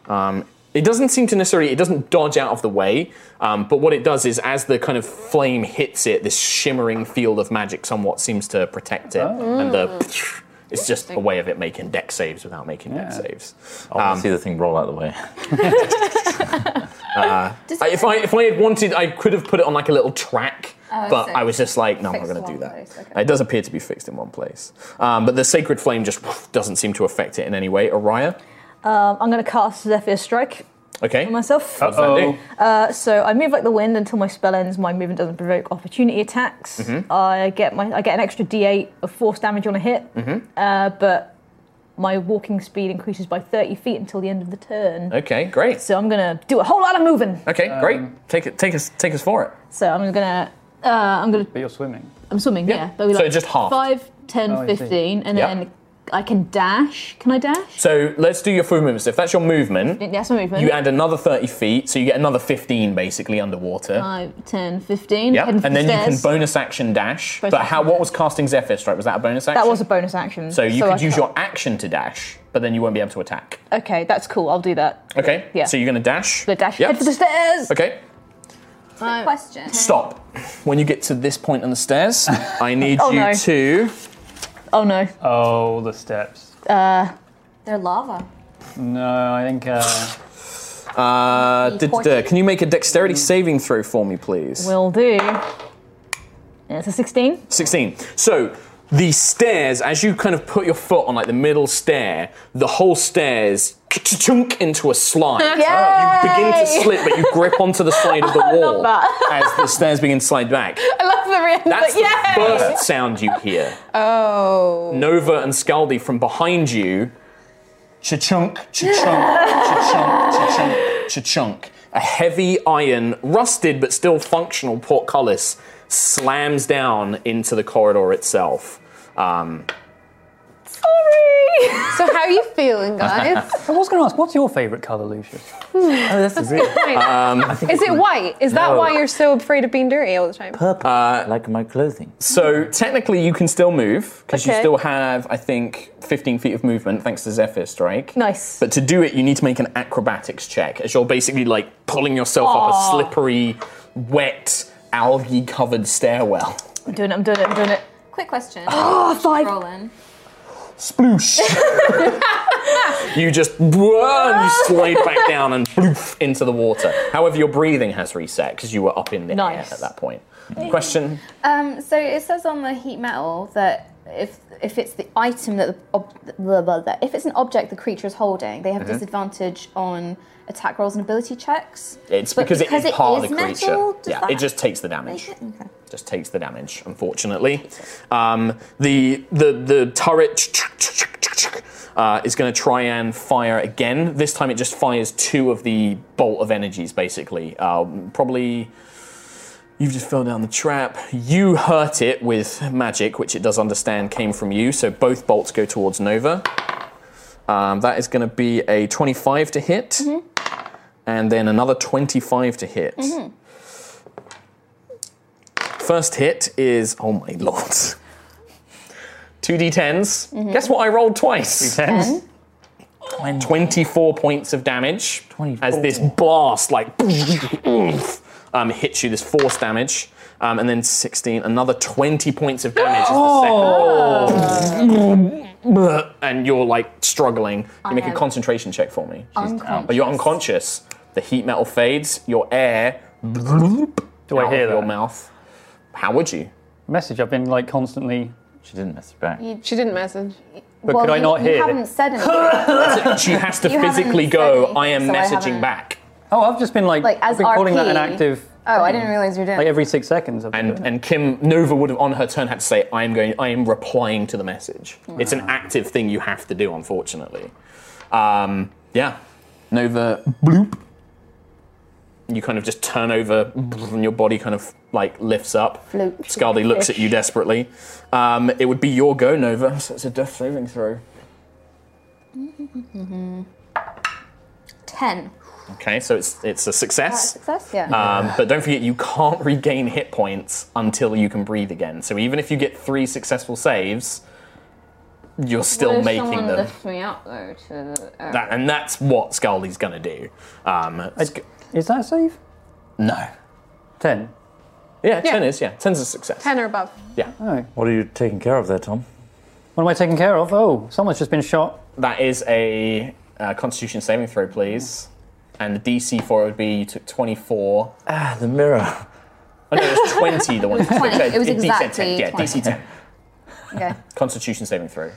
Speaker 2: Um, it doesn't seem to necessarily, it doesn't dodge out of the way, um, but what it does is as the kind of flame hits it, this shimmering field of magic somewhat seems to protect it. And the. It's just a way of it making deck saves without making deck
Speaker 6: Yeah.
Speaker 2: saves.
Speaker 7: Oh, I want to see the thing roll out of the way.
Speaker 8: Oh,
Speaker 5: Does
Speaker 2: I-
Speaker 5: it-
Speaker 2: if I if I had wanted, I could have put it on like a little track,
Speaker 5: Oh,
Speaker 2: but
Speaker 5: so
Speaker 2: I was just like, no, I'm not
Speaker 5: fixed
Speaker 2: going to
Speaker 5: one
Speaker 2: do that.
Speaker 5: place, okay.
Speaker 2: It does appear to be fixed in one place, um, but the sacred flame just doesn't seem to affect it in any way. Araya,
Speaker 10: Um, I'm going to cast Zephyr Strike
Speaker 2: okay,
Speaker 10: on myself.
Speaker 2: What does that do?
Speaker 10: Uh, so I move like the wind until my spell ends. My movement doesn't provoke opportunity attacks. I get my I get an extra D8 of force damage on a hit, uh, but my walking speed increases by 30 feet until the end of the turn.
Speaker 2: okay, great,
Speaker 10: So I'm going to do a whole lot of moving.
Speaker 2: okay, great. Take it, take us, take us for it.
Speaker 10: So I'm going to uh, I'm going to
Speaker 6: But you're swimming.
Speaker 10: I'm swimming.
Speaker 2: Yeah.
Speaker 10: Yeah. That'll be
Speaker 2: So just half.
Speaker 10: 5, 10,
Speaker 6: Oh, I see.
Speaker 10: 15, and
Speaker 2: Yep.
Speaker 10: then I can dash. Can I dash?
Speaker 2: So let's do your full movements. If that's your movement,
Speaker 10: That's my movement.
Speaker 2: you add another 30 feet, so you get another 15 basically underwater.
Speaker 10: 5, 10, 15.
Speaker 2: Yep.
Speaker 10: heading
Speaker 2: and
Speaker 10: for the
Speaker 2: then you can
Speaker 10: Um, stairs.
Speaker 2: bonus action dash.
Speaker 10: Bonus
Speaker 2: but
Speaker 10: action
Speaker 2: how? What was casting Zephyr Strike? Was that a bonus action?
Speaker 10: That was a bonus action.
Speaker 2: So you
Speaker 10: I
Speaker 2: could use
Speaker 10: can't-
Speaker 2: your action to dash, but then you won't be able to attack.
Speaker 10: Okay, that's cool. I'll do that.
Speaker 2: Okay.
Speaker 10: Yeah.
Speaker 2: So you're gonna dash.
Speaker 10: The dash.
Speaker 2: Yep.
Speaker 10: Head for the stairs.
Speaker 2: Okay.
Speaker 5: Quick question.
Speaker 2: Stop. When you get to this point on the stairs, I need
Speaker 10: Oh,
Speaker 2: you
Speaker 10: no.
Speaker 2: to.
Speaker 10: Oh no.
Speaker 6: Oh, the steps.
Speaker 10: Uh,
Speaker 5: They're lava.
Speaker 6: No, I think. Uh,
Speaker 2: Uh,
Speaker 5: The
Speaker 2: duh, duh, duh.
Speaker 5: portion.
Speaker 2: can you make a dexterity saving throw for me, please?
Speaker 10: Mm. will do. It's a 16.
Speaker 2: 16. So the stairs, as you kind of put your foot on like the middle stair, the whole stairs chunk into a slide. You begin to
Speaker 10: Yay!
Speaker 2: slip, but you grip onto the side of the wall as the stairs begin to slide back.
Speaker 8: I love the Rhiannon's
Speaker 2: That's
Speaker 8: like,
Speaker 2: the
Speaker 8: yeah.
Speaker 2: first sound you hear.
Speaker 8: Oh.
Speaker 2: Nova and Scaldi from behind you. Cha-chunk, cha-chunk, cha-chunk, cha-chunk, cha-chunk. A heavy iron, rusted but still functional portcullis slams down into the corridor itself. Um,
Speaker 10: Sorry.
Speaker 8: so how are you feeling, guys?
Speaker 6: I was going to ask, what's your favourite colour, Lucius?
Speaker 8: oh,
Speaker 7: that's
Speaker 8: a good point.
Speaker 7: Um,
Speaker 8: Is it white? Is that
Speaker 2: No.
Speaker 8: why you're so afraid of being dirty all the time?
Speaker 7: Purple,
Speaker 2: Uh,
Speaker 7: like my clothing.
Speaker 2: So technically, you can still move because you
Speaker 8: Okay.
Speaker 2: still have, I think, 15 feet of movement thanks to Zephyr Strike.
Speaker 10: Nice.
Speaker 2: But to do it, you need to make an acrobatics check as you're basically like pulling yourself up a
Speaker 10: Aw.
Speaker 2: slippery, wet, algae-covered stairwell.
Speaker 10: I'm doing it. I'm doing it. I'm doing it.
Speaker 5: Quick question.
Speaker 10: Oh, five.
Speaker 5: Roland.
Speaker 2: Sploosh. You just whoa, and you slide back down and bloof into the water. However, your breathing has reset because you were up in the
Speaker 5: Nice.
Speaker 2: air at that point. Question.
Speaker 5: Um, so it says on the heat metal that if if it's the item that the ob- blah, blah, blah, if it's an object the creature is holding, they have
Speaker 2: Mhm.
Speaker 5: disadvantage on attack rolls and ability checks.
Speaker 2: It's
Speaker 5: But
Speaker 2: because, it is part of the creature.
Speaker 5: metal, does
Speaker 2: yeah,
Speaker 5: that
Speaker 2: it just takes the damage.
Speaker 5: make it? Okay.
Speaker 2: just takes the damage, unfortunately. Um, the, the, the turret uh, is going to try and fire again. This time it just fires two of the bolt of energies, basically. Um, probably. You've just fell down the trap. You hurt it with magic, which it does understand came from you, so both bolts go towards Nova. Um, that is going to be a 25 to hit, and then another 25 to hit.
Speaker 5: Mhm.
Speaker 2: First hit is oh my lord. Two d10s. Guess what I rolled twice?
Speaker 5: Ten.
Speaker 2: 24 points of damage as this blast like um, hits you, this force damage. Um, and then 16, another 20 points of damage as the second. and you're like struggling. You
Speaker 5: I
Speaker 2: make a
Speaker 5: am
Speaker 2: concentration check for me.
Speaker 5: unconscious.
Speaker 2: But you're unconscious. The heat metal fades. Your air. Do
Speaker 6: I hear
Speaker 2: your
Speaker 6: that?
Speaker 2: mouth? How would you?
Speaker 6: Message. I've been like constantly.
Speaker 7: She didn't message back.
Speaker 8: she didn't message.
Speaker 6: But could I
Speaker 5: you-
Speaker 6: not
Speaker 5: you
Speaker 6: hear?
Speaker 5: haven't said anything. Oh,
Speaker 2: She has to
Speaker 5: You haven't
Speaker 2: physically
Speaker 5: said
Speaker 2: go,
Speaker 5: anything,
Speaker 2: I am
Speaker 5: so
Speaker 2: messaging
Speaker 5: haven't-
Speaker 2: back.
Speaker 6: Oh, I've just been like,
Speaker 5: Like, as
Speaker 6: I've been calling that an
Speaker 5: RP.
Speaker 6: active
Speaker 5: Oh, I didn't realize you were doing.
Speaker 6: like every six seconds. I've been
Speaker 2: And, and Kim Nova would have, on her turn, had to say, "I am going. I am replying to the message." It's an active thing you have to do, unfortunately. Um, yeah, Nova bloop. You kind of just turn over, and your body kind of like lifts up.
Speaker 5: Float.
Speaker 2: Scaldi looks at you desperately. Um, it would be your go, Nova. So it's a death saving throw.
Speaker 5: Mhm. Ten.
Speaker 2: Okay, so it's it's a success.
Speaker 5: Success. Yeah.
Speaker 2: Um, but don't forget, you can't regain hit points until you can breathe again. So even if you get three successful saves, you're still making them.
Speaker 5: me up though to the
Speaker 2: That, and that's what Scully's going to do. Um, Sc-
Speaker 6: Is that a save?
Speaker 2: No.
Speaker 6: 10.
Speaker 2: Yeah,
Speaker 8: Yeah.
Speaker 2: 10 is, yeah. 10's a success.
Speaker 8: Ten or above.
Speaker 2: Yeah.
Speaker 7: What are you taking care of there, Tom?
Speaker 6: What am I taking care of? Oh, someone's just been shot.
Speaker 2: That is a uh, constitution saving throw, please. And the DC for it would be you took 24.
Speaker 7: Ah, the mirror.
Speaker 2: Oh, no, it was 20, the one.
Speaker 5: It was 20.
Speaker 2: Okay,
Speaker 5: It was
Speaker 2: DC
Speaker 5: exactly
Speaker 2: 10. Yeah,
Speaker 5: 20.
Speaker 2: DC 10.
Speaker 5: Okay.
Speaker 2: Constitution saving throw.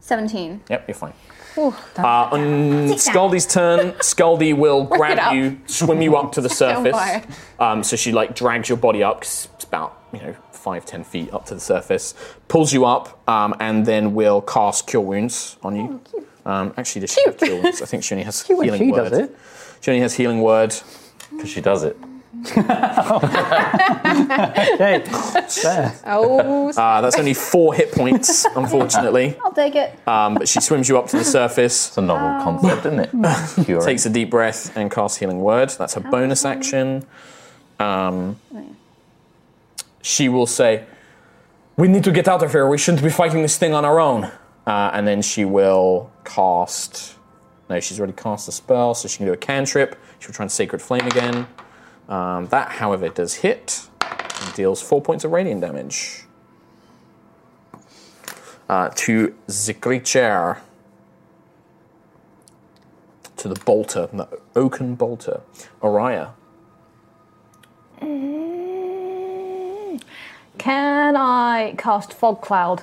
Speaker 5: Seventeen.
Speaker 2: Yep, you're fine.
Speaker 5: Ooh.
Speaker 2: Uh, on
Speaker 5: Sit down.
Speaker 2: Scaldy's turn, Scaldy will
Speaker 5: Work it
Speaker 2: grab
Speaker 5: up.
Speaker 2: you, swim you up to the
Speaker 5: Don't worry.
Speaker 2: surface. Um, so she like drags your body up, 'cause it's about you know five ten feet up to the surface, pulls you up, um, and then will cast Cure Wounds on you. Um, actually, does she have Cure Wounds? I think she only has
Speaker 6: Cute when
Speaker 2: healing
Speaker 6: she
Speaker 2: word.
Speaker 6: does it.
Speaker 2: She only has healing word because she does it.
Speaker 6: okay.
Speaker 8: Oh.
Speaker 2: Uh, that's only four hit points, unfortunately.
Speaker 5: I'll take it.
Speaker 2: Um, but she swims you up to the surface. It's a novel concept, isn't it? Takes a deep breath and casts Healing Word. That's her bonus action. Um, she will say, We need to get out of here. We shouldn't be fighting this thing on our own. Uh, and then she will cast. No, she's already cast a spell, so she can do a cantrip. She will try and Sacred Flame again. Um, that, however, does hit and deals four points of radiant damage uh, to the creature, to the bolter, the oaken bolter, Araya.
Speaker 10: Can I cast fog cloud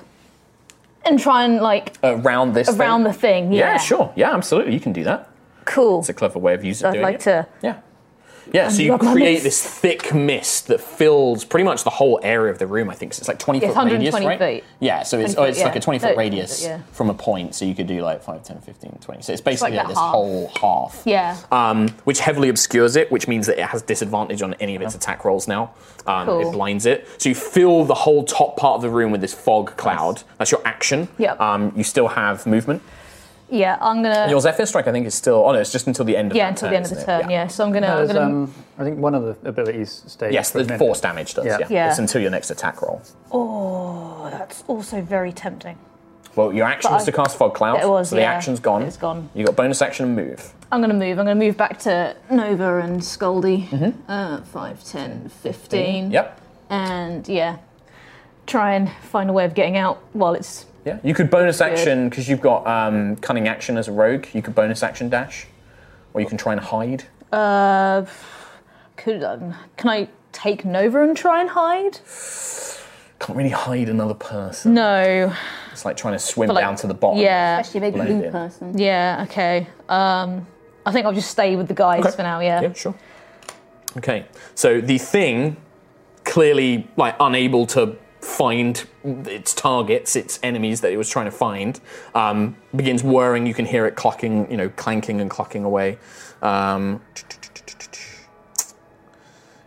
Speaker 10: and try and like
Speaker 2: Around this
Speaker 10: Around the thing, yeah.
Speaker 2: sure. Yeah, absolutely. You can do that.
Speaker 10: cool?
Speaker 2: It's a clever way of using
Speaker 10: I'd
Speaker 2: doing
Speaker 10: like
Speaker 2: it.
Speaker 10: to
Speaker 2: Yeah. Yeah,
Speaker 10: And
Speaker 2: so you
Speaker 10: rub my
Speaker 2: create
Speaker 10: mist.
Speaker 2: this thick mist that fills pretty much the whole area of the room. I think so it's like twenty
Speaker 10: Yeah,
Speaker 2: foot
Speaker 10: it's
Speaker 2: radius,
Speaker 10: 120
Speaker 2: right?
Speaker 10: feet.
Speaker 2: Yeah, so it's
Speaker 10: 20
Speaker 2: oh, it's
Speaker 10: foot,
Speaker 2: like
Speaker 10: yeah.
Speaker 2: a twenty
Speaker 10: No,
Speaker 2: foot
Speaker 10: 20
Speaker 2: radius
Speaker 10: foot, yeah.
Speaker 2: from a point, so you could do like 5, 10, 15, 20. So it's
Speaker 10: It's like
Speaker 2: basically
Speaker 10: that
Speaker 2: this
Speaker 10: half.
Speaker 2: whole half.
Speaker 10: Yeah.
Speaker 2: Um, which heavily obscures it, which means that it has disadvantage on any of its attack rolls now. Um, It
Speaker 10: Oh. Cool.
Speaker 2: blinds it. So you fill the whole top part of the room with this fog cloud. That's your action.
Speaker 10: Yep.
Speaker 2: Um, you still have movement.
Speaker 10: Yeah, I'm gonna.
Speaker 2: Your Zephyr Strike, I think, is still. Oh no, it's just until the end of
Speaker 10: yeah,
Speaker 2: that
Speaker 10: until the end of
Speaker 2: isn't
Speaker 10: the
Speaker 2: it?
Speaker 10: turn. Yeah, so I'm gonna.
Speaker 6: No,
Speaker 10: I'm
Speaker 6: there's,
Speaker 10: gonna
Speaker 6: um, I think one of the abilities stays.
Speaker 2: Yes,
Speaker 6: for a
Speaker 2: the
Speaker 6: minute.
Speaker 2: force damage does. Yeah.
Speaker 10: Yeah.
Speaker 2: It's until your next attack roll.
Speaker 10: oh, that's also very tempting.
Speaker 2: Well, your action
Speaker 10: But
Speaker 2: was to
Speaker 10: I-
Speaker 2: cast Fog Cloud.
Speaker 10: It was,
Speaker 2: so the
Speaker 10: yeah.
Speaker 2: action's gone.
Speaker 10: It's gone.
Speaker 2: You got bonus action and move.
Speaker 10: I'm gonna move. I'm gonna move back to Nova and Scaldy.
Speaker 6: Mm-hmm.
Speaker 10: Uh, 5, 10, 15.
Speaker 2: Yep.
Speaker 10: And yeah, try and find a way of getting out while it's.
Speaker 2: Yeah. You could bonus
Speaker 10: Good.
Speaker 2: action because you've got um, cunning action as a rogue. You could bonus action dash, or you can try and hide.
Speaker 10: Uh, could um, can I take Nova and try and hide?
Speaker 2: Can't really hide another person.
Speaker 10: No.
Speaker 2: It's like trying to swim
Speaker 10: But, like,
Speaker 2: down to the bottom.
Speaker 10: Yeah.
Speaker 2: Blend in.
Speaker 10: person. Yeah. Okay. Um, I think I'll just stay with the guys for now. Yeah.
Speaker 2: Yeah. Sure. Okay. So the thing, clearly like unable to find its targets, its enemies that it was trying to find, um, begins whirring. You can hear it clocking, you know, clanking and clocking away. Um,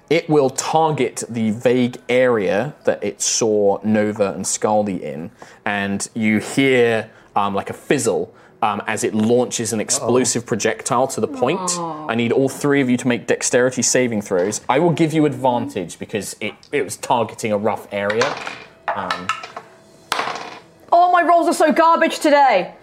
Speaker 2: it will target the vague area that it saw Nova and Scaldi in, and you hear um, like a fizzle um, as it launches an explosive projectile to the point.
Speaker 11: Aw.
Speaker 2: I need all three of you to make dexterity saving throws. I will give you advantage because it, it was targeting a rough area. Um,
Speaker 10: Oh, my rolls are so garbage today.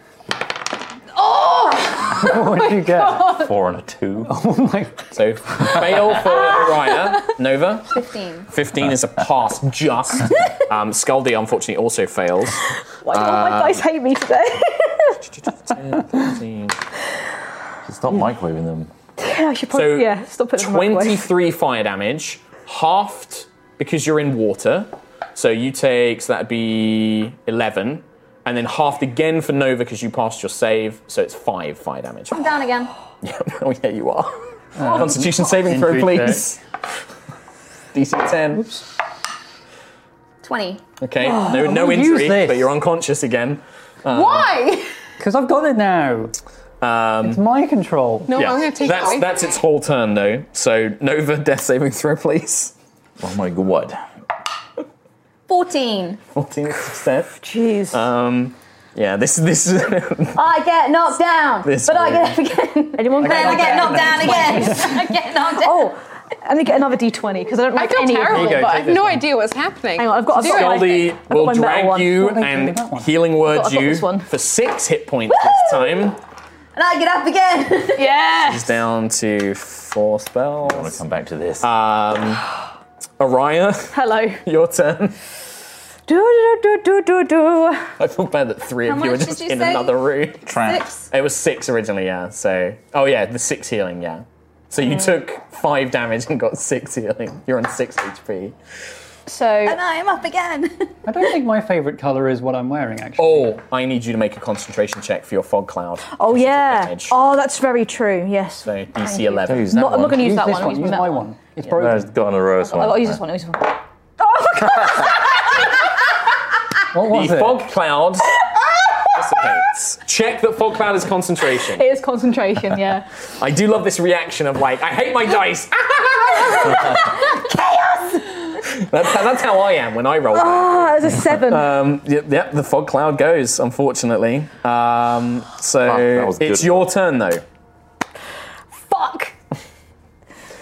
Speaker 10: Oh.
Speaker 2: what
Speaker 10: did you get? God.
Speaker 2: Four and a two. Oh my! So fail for Raya. Nova.
Speaker 5: 15.
Speaker 2: 15 is a pass just. Um, Scaldi, unfortunately, also fails.
Speaker 10: Why do all my
Speaker 2: Um,
Speaker 10: dice hate me today?
Speaker 7: Stop microwaving them.
Speaker 10: yeah, I should
Speaker 2: So,
Speaker 10: probably. yeah, stop putting them away.
Speaker 2: 23 fire damage, halved because you're in water. So you take, so that'd be 11. And then halved again for Nova because you passed your save, so it's five fire damage.
Speaker 5: I'm down again.
Speaker 2: Yeah, oh, yeah, you are. Um, Constitution saving throw,
Speaker 6: injury
Speaker 2: please. DC 10. Oops.
Speaker 5: 20.
Speaker 2: Okay,
Speaker 6: Oh,
Speaker 2: no,
Speaker 6: I'm
Speaker 2: no
Speaker 6: gonna use
Speaker 2: injury,
Speaker 6: this.
Speaker 2: but you're unconscious again. Um,
Speaker 8: Why?
Speaker 6: Because I've got it now.
Speaker 2: Um,
Speaker 6: it's my control.
Speaker 8: No, I'm gonna take it
Speaker 2: that's,
Speaker 8: away.
Speaker 2: That's its whole turn, though. So, Nova, death saving throw, please. Oh my god.
Speaker 5: 14.
Speaker 2: 14 percent. Jeez. Um, yeah, this this
Speaker 5: I get knocked down.
Speaker 2: This
Speaker 5: but I
Speaker 2: way.
Speaker 5: get up again.
Speaker 10: Anyone
Speaker 5: then I get knocked down again.
Speaker 10: I get knocked down. Oh, I'm gonna get another d20 because I don't
Speaker 8: I
Speaker 10: like
Speaker 8: feel
Speaker 10: any. of
Speaker 8: terrible,
Speaker 10: them.
Speaker 8: but I have no idea what's happening.
Speaker 10: Hang on, I've got- I've
Speaker 8: Do
Speaker 10: got-
Speaker 8: it.
Speaker 2: Scaldy
Speaker 10: I've got
Speaker 2: will
Speaker 10: my metal
Speaker 2: drag
Speaker 10: one.
Speaker 2: you
Speaker 10: What are they
Speaker 2: and
Speaker 10: doing with that
Speaker 2: healing
Speaker 10: I've
Speaker 2: word
Speaker 10: got- I've got
Speaker 2: you
Speaker 10: this one.
Speaker 2: for six hit points this time.
Speaker 5: and I get up again.
Speaker 10: yeah.
Speaker 2: He's down to four spells. I want to come back to this. Um, Araya,
Speaker 10: Hello.
Speaker 2: your turn.
Speaker 10: Do do do do do do.
Speaker 2: I feel bad that three
Speaker 10: How
Speaker 2: of you were
Speaker 10: much
Speaker 2: just
Speaker 10: did you
Speaker 2: in
Speaker 10: say?
Speaker 2: another room.
Speaker 10: Six?
Speaker 2: It was six originally, yeah. So, oh yeah, the six healing, yeah. So
Speaker 10: Mm.
Speaker 2: you took five damage and got six healing. You're on six HP.
Speaker 10: So.
Speaker 5: And I'm up again.
Speaker 6: I don't think my favourite colour is what I'm wearing, actually.
Speaker 2: Oh, I need you to make a concentration check for your fog cloud.
Speaker 10: Oh yeah. Oh, that's very true. Yes.
Speaker 2: So
Speaker 10: Thank
Speaker 2: DC
Speaker 10: you.
Speaker 2: 11.
Speaker 10: Not- I'm not going to use, that
Speaker 6: this
Speaker 10: one.
Speaker 6: one,
Speaker 10: I'll use
Speaker 6: use
Speaker 10: my
Speaker 6: my
Speaker 10: one.
Speaker 6: It's
Speaker 7: No, it's got on a rose
Speaker 10: I'll,
Speaker 7: one.
Speaker 8: Oh,
Speaker 10: I'll use this one. I'll use this one.
Speaker 6: What
Speaker 2: was the fog cloud dissipates. Check that fog cloud is concentration.
Speaker 10: It is concentration. Yeah.
Speaker 2: I do love this reaction of like, I hate my dice. That's how, that's how I am when I roll.
Speaker 10: Ah, there's a seven.
Speaker 2: Um, yep, yep, the fog cloud goes, unfortunately. Um, so
Speaker 7: Ah, that was
Speaker 2: it's
Speaker 7: good.
Speaker 2: your turn, though.
Speaker 10: Fuck.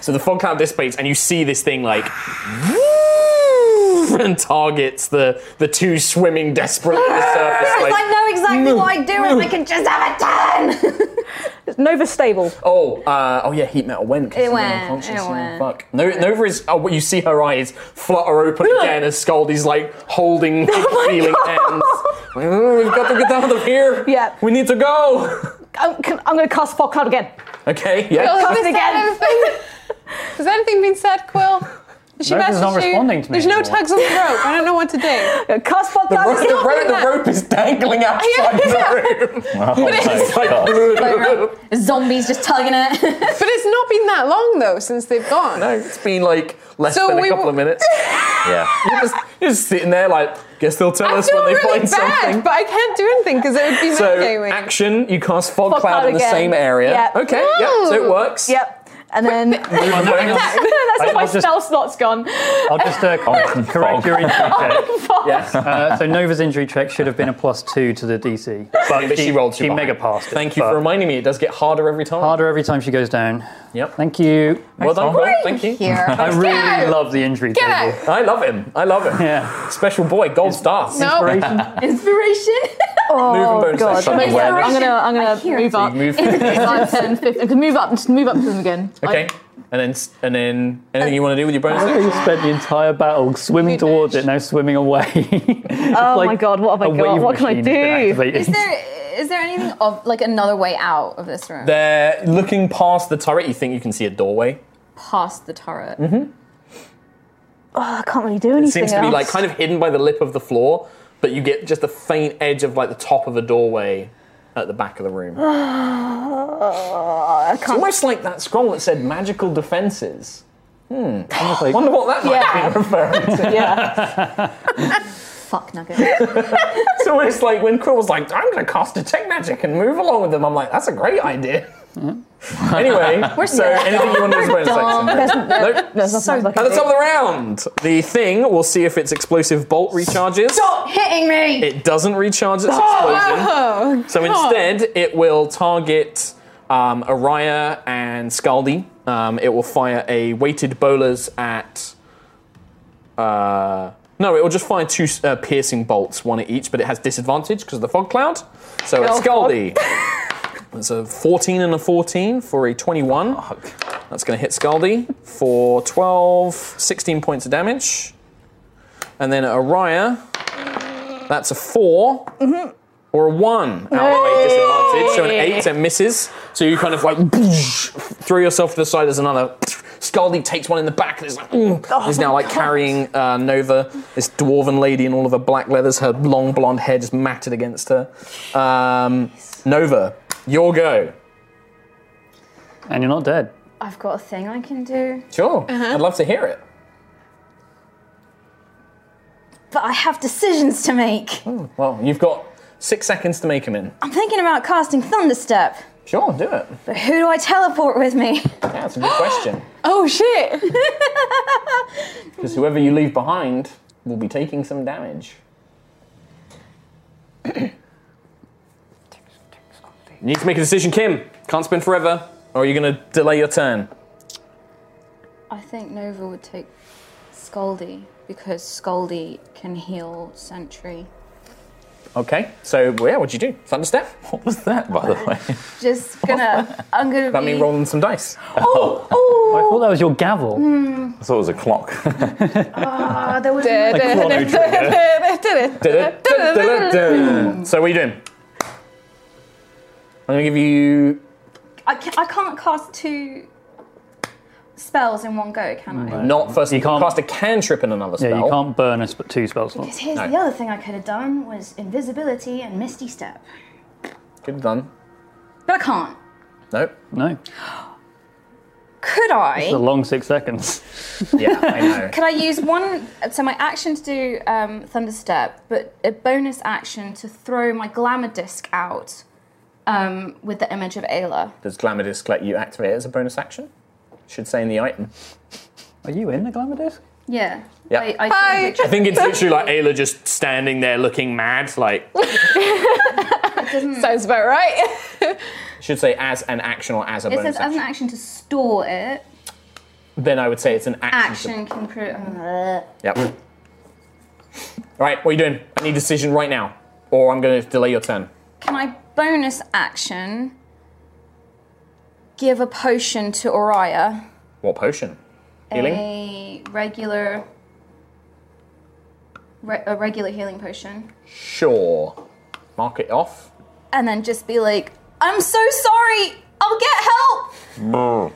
Speaker 2: So the fog cloud dissipates, and you see this thing like, and targets the the two swimming desperately at the surface.
Speaker 5: Yes,
Speaker 2: like-
Speaker 5: I know exactly what I do and I can just have a turn.
Speaker 10: Nova stable.
Speaker 2: Oh, uh, oh yeah, heat metal went. 'cause
Speaker 5: It
Speaker 2: you were
Speaker 5: went,
Speaker 2: unconscious,
Speaker 5: it
Speaker 2: yeah,
Speaker 5: went.
Speaker 2: Fuck. No, Nova is. Oh, you see her eyes flutter open again as Scaldy's like holding,
Speaker 8: Oh
Speaker 2: feeling hands. Like, "Oh, We've got to get out of here.
Speaker 10: Yeah.
Speaker 2: We need to go.
Speaker 10: I'm, can- I'm going to cast fog cloud again.
Speaker 2: Okay.
Speaker 8: Quill,
Speaker 2: Yeah.
Speaker 8: has,
Speaker 10: Covered
Speaker 8: anything- has anything been said, Quill? She messaged you. There's no tugs on the rope. I don't know what to do.
Speaker 10: Cast
Speaker 2: The, rope, the, rope, the rope is dangling
Speaker 8: Oh,
Speaker 2: outside the room.
Speaker 7: But
Speaker 2: it's like,
Speaker 8: Zombies just tugging it. but it's not been that long though since they've gone.
Speaker 2: no, it's been like less
Speaker 8: So
Speaker 2: than a
Speaker 8: we
Speaker 2: couple
Speaker 8: were-
Speaker 2: of minutes.
Speaker 7: yeah.
Speaker 2: You're just, you're just sitting there like, guess they'll tell
Speaker 8: I
Speaker 2: us
Speaker 8: feel
Speaker 2: when they
Speaker 8: really
Speaker 2: find
Speaker 8: bad,
Speaker 2: something.
Speaker 8: but I can't do anything because it would be
Speaker 2: So
Speaker 8: metagaming.
Speaker 2: action, you cast fog,
Speaker 8: Fog
Speaker 2: cloud,
Speaker 8: cloud
Speaker 2: in the
Speaker 8: again.
Speaker 2: same area.
Speaker 8: Yep.
Speaker 2: Okay, yep, so it works.
Speaker 10: Yep. And then that's
Speaker 2: Hang on, hang on.
Speaker 10: how my
Speaker 6: I'll just-
Speaker 10: spell slot's gone.
Speaker 6: I'll just uh,
Speaker 2: Oh,
Speaker 6: correct your injury check. Yes. Uh, so Nova's injury check should have been a plus two to the DC, but,
Speaker 2: But she rolled
Speaker 6: She
Speaker 2: fine.
Speaker 6: mega passed. it,
Speaker 2: Thank you
Speaker 6: but
Speaker 2: for reminding me. It does get harder every time.
Speaker 6: harder every time she goes down.
Speaker 2: Yep.
Speaker 6: Thank you.
Speaker 2: Well done, Paul. Thank you.
Speaker 6: I really love the injury
Speaker 2: Get
Speaker 6: table.
Speaker 2: I love him. I love him.
Speaker 6: Yeah.
Speaker 2: Special boy, gold star.
Speaker 10: Inspiration.
Speaker 2: Move and
Speaker 10: Oh
Speaker 2: bonus
Speaker 10: god!
Speaker 2: action.
Speaker 10: I'm gonna, I'm gonna, I'm
Speaker 2: I
Speaker 10: gonna
Speaker 2: hear it.
Speaker 10: move up.
Speaker 2: You move.
Speaker 10: Five, 10, 15. Just move up. Just move up to them again.
Speaker 2: Okay. And then, s- and then, anything you want to do with your bonus?
Speaker 6: I think you
Speaker 2: action?
Speaker 6: spent the entire battle swimming towards it, now swimming away.
Speaker 10: Oh my god! What have
Speaker 6: a
Speaker 10: I got?
Speaker 6: wave
Speaker 10: What can I
Speaker 6: machine's been
Speaker 10: do?
Speaker 6: activated.
Speaker 5: Is there is there anything of like another way out of this room
Speaker 2: They're looking past the turret. You think you can see a doorway?
Speaker 5: past the turret?
Speaker 2: Mm-hmm.
Speaker 10: Oh, I can't really do anything.
Speaker 2: It seems to be
Speaker 10: else.
Speaker 2: like kind of hidden by the lip of the floor, but you get just a faint edge of like the top of a doorway at the back of the room.
Speaker 10: I
Speaker 2: It's almost like that scroll that said magical defenses. Hmm.
Speaker 6: like-
Speaker 2: Wonder what that might be referring to.
Speaker 10: Yeah.
Speaker 5: Fuck nugget.
Speaker 2: it's almost like when Quill was like, "I'm going to cast detect magic and move along with them." I'm like, "That's a great idea."
Speaker 10: Hmm.
Speaker 2: anyway,
Speaker 10: We're
Speaker 2: so
Speaker 10: dumb.
Speaker 2: anything you want to do is bonus
Speaker 10: Dumb.
Speaker 2: action.
Speaker 10: There's- there-
Speaker 2: Nope.
Speaker 10: there's nothing else I can
Speaker 2: At the top of
Speaker 10: do.
Speaker 2: the round, the thing will see if its explosive bolt recharges.
Speaker 8: Stop hitting me!
Speaker 2: It doesn't recharge its explosion.
Speaker 8: Oh,
Speaker 2: So
Speaker 8: God.
Speaker 2: instead, it will target um, Araya and Scaldi. Um, it will fire a weighted bolas at. Uh, no, it will just fire two uh, piercing bolts, one at each, but it has disadvantage because of the fog cloud. So it's
Speaker 11: Oh, fog.
Speaker 2: Scaldi. It's a 14 and a 14 for a 21. That's going to hit Scaldi for 12, 16 points of damage. And then Araya, that's a 4 or a 1 outweigh disadvantage. So an 8 and misses. So you kind of like throw yourself to the side. There's another. Scaldi takes one in the back and is like, "Mm." he's now like carrying uh, Nova, this dwarven lady in all of her black leathers, her long blonde hair just matted against her. Um, Nova, your go.
Speaker 6: And you're not dead.
Speaker 5: I've got a thing I can do,
Speaker 2: Sure. I'd love to hear it.
Speaker 5: but I have decisions to make.
Speaker 2: Well, you've got six seconds to make him in.
Speaker 5: I'm thinking about casting Thunderstep,
Speaker 2: Sure, do it.
Speaker 5: but who do I teleport with me?
Speaker 2: Yeah, that's a good question.
Speaker 5: Oh shit!
Speaker 2: Because whoever you leave behind will be taking some damage. you need to make a decision, Kim. Can't spin forever, or are you going to delay your turn?
Speaker 5: I think Nova would take Scaldy because Scaldy can heal Sentry.
Speaker 2: Okay, so yeah, what'd you do? Thunderstep? What was that, by the way?
Speaker 5: Just gonna, I'm gonna
Speaker 2: that
Speaker 5: be.
Speaker 2: mean rolling some dice.
Speaker 5: Oh, oh.
Speaker 6: I thought that was your gavel.
Speaker 10: Mm.
Speaker 5: Hmm.
Speaker 7: I thought it was a clock.
Speaker 5: Ah, there was
Speaker 2: so what are you doing? I'm going to give you.
Speaker 5: I, can, I can't cast two spells in one go, can I?
Speaker 2: Not first. You can't cast a cantrip in another spell.
Speaker 6: Yeah, you can't burn us, but two spells.
Speaker 5: Because here's the other thing I could have done was invisibility and Misty Step,
Speaker 2: Could have done.
Speaker 5: but I can't.
Speaker 2: Nope.
Speaker 6: No.
Speaker 5: Could I?
Speaker 6: It's a long six seconds.
Speaker 2: yeah, I know.
Speaker 5: Could I use one? So my action to do um, Thunder Step, but a bonus action to throw my Glamour Disc out um, with the image of Ayla.
Speaker 2: Does Glamour Disc let you activate it as a bonus action? Should say in the item.
Speaker 6: Are you in the glamour disc?
Speaker 5: Yeah.
Speaker 2: Yeah.
Speaker 5: I, I,
Speaker 2: I think it's literally like Ayla just standing there looking mad. Like,
Speaker 8: Sounds about right.
Speaker 2: should say as an action or as a
Speaker 5: It
Speaker 2: bonus
Speaker 5: says as
Speaker 2: action.
Speaker 5: an action to store it.
Speaker 2: Then I would say it's an action.
Speaker 5: Action can prove. Uh,
Speaker 2: Yep. All right, what are you doing? I need a decision right now, or I'm going to delay your turn.
Speaker 5: Can I bonus action give a potion to Oriah?
Speaker 2: What potion? Healing?
Speaker 5: A regular, re- a regular healing potion,
Speaker 2: Sure. Mark it off.
Speaker 5: and then just be like, "I'm so sorry. I'll get help."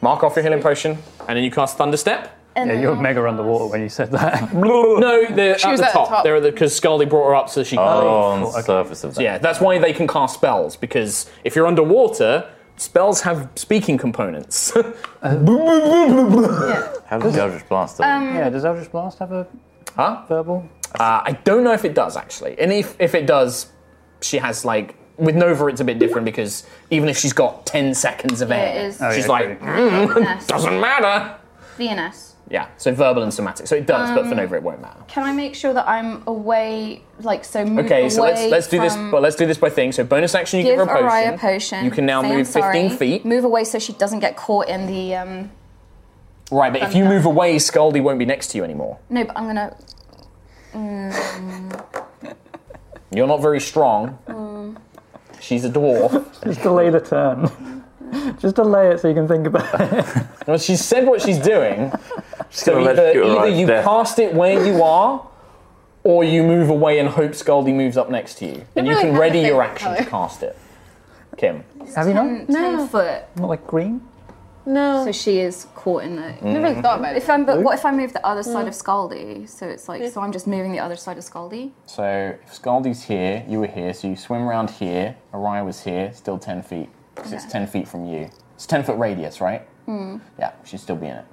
Speaker 2: Mark off your healing potion, and then you cast Thunderstep.
Speaker 5: And
Speaker 6: yeah,
Speaker 5: then
Speaker 6: you were mega underwater when you said that.
Speaker 2: no, they're
Speaker 5: She
Speaker 2: at,
Speaker 5: was
Speaker 2: the
Speaker 5: at the
Speaker 2: top.
Speaker 5: top.
Speaker 2: They're because Scaldi brought her up so she.
Speaker 7: Oh,
Speaker 2: could
Speaker 7: on
Speaker 2: leave.
Speaker 7: the surface of that.
Speaker 2: Yeah, that's why they can cast spells because if you're underwater, spells have speaking components.
Speaker 7: How does the Eldritch Blast though?
Speaker 6: yeah, does Eldritch Blast have a
Speaker 2: huh?
Speaker 6: verbal?
Speaker 2: Uh, I don't know if it does actually, and if if it does, she has like with Nova it's a bit different because even if she's got ten seconds of
Speaker 5: Yeah,
Speaker 2: air,
Speaker 5: it is. Oh,
Speaker 2: she's
Speaker 5: yeah,
Speaker 2: like
Speaker 5: true.
Speaker 2: mm,
Speaker 5: Yes.
Speaker 2: doesn't matter.
Speaker 5: VNS.
Speaker 2: Yeah, so verbal and somatic. So it does, but for
Speaker 5: Um,
Speaker 2: Nova it won't matter.
Speaker 5: Can I make sure that I'm away, like so? Move
Speaker 2: Okay, so let's
Speaker 5: away
Speaker 2: let's do this.
Speaker 5: from-
Speaker 2: Well, let's do this by thing. So bonus action, you
Speaker 5: give
Speaker 2: give her a potion.
Speaker 5: Araya a potion.
Speaker 2: You can now
Speaker 5: Say,
Speaker 2: move
Speaker 5: "I'm sorry."
Speaker 2: 15 feet.
Speaker 5: Move away so she doesn't get caught in the. Um...
Speaker 2: Right, but if you move away, Scaldy won't be next to you anymore.
Speaker 5: No, but I'm gonna. Mm,
Speaker 2: You're not very strong.
Speaker 5: mm.
Speaker 2: She's a dwarf.
Speaker 6: Just delay the turn. Just delay it so you can think about it.
Speaker 2: well, she said what she's doing. So
Speaker 7: gonna let
Speaker 2: either,
Speaker 7: you
Speaker 2: either
Speaker 7: arrive
Speaker 2: you
Speaker 7: there.
Speaker 2: cast it where you are, or you move away and hope Scaldy moves up next to you, and you
Speaker 5: really
Speaker 2: can
Speaker 5: have a
Speaker 2: ready your
Speaker 5: favourite
Speaker 2: action to
Speaker 5: colour.
Speaker 2: cast it. Kim.
Speaker 6: Have you not?
Speaker 5: Ten, ten foot.
Speaker 6: Not like green?
Speaker 5: No. So she is caught in the.
Speaker 2: Never really thought
Speaker 8: about
Speaker 5: If I'm, but
Speaker 2: Blue?
Speaker 5: what if I move the other side of Scaldy? So it's like, so I'm just moving the other side of Scaldy.
Speaker 2: So if Scaldy's here, you were here, so you swim around here. Araya was here, still ten feet, 'cause it's
Speaker 5: Okay.
Speaker 2: ten feet from you. It's ten foot radius, right?
Speaker 5: Mm.
Speaker 2: Yeah, she'd still be in it.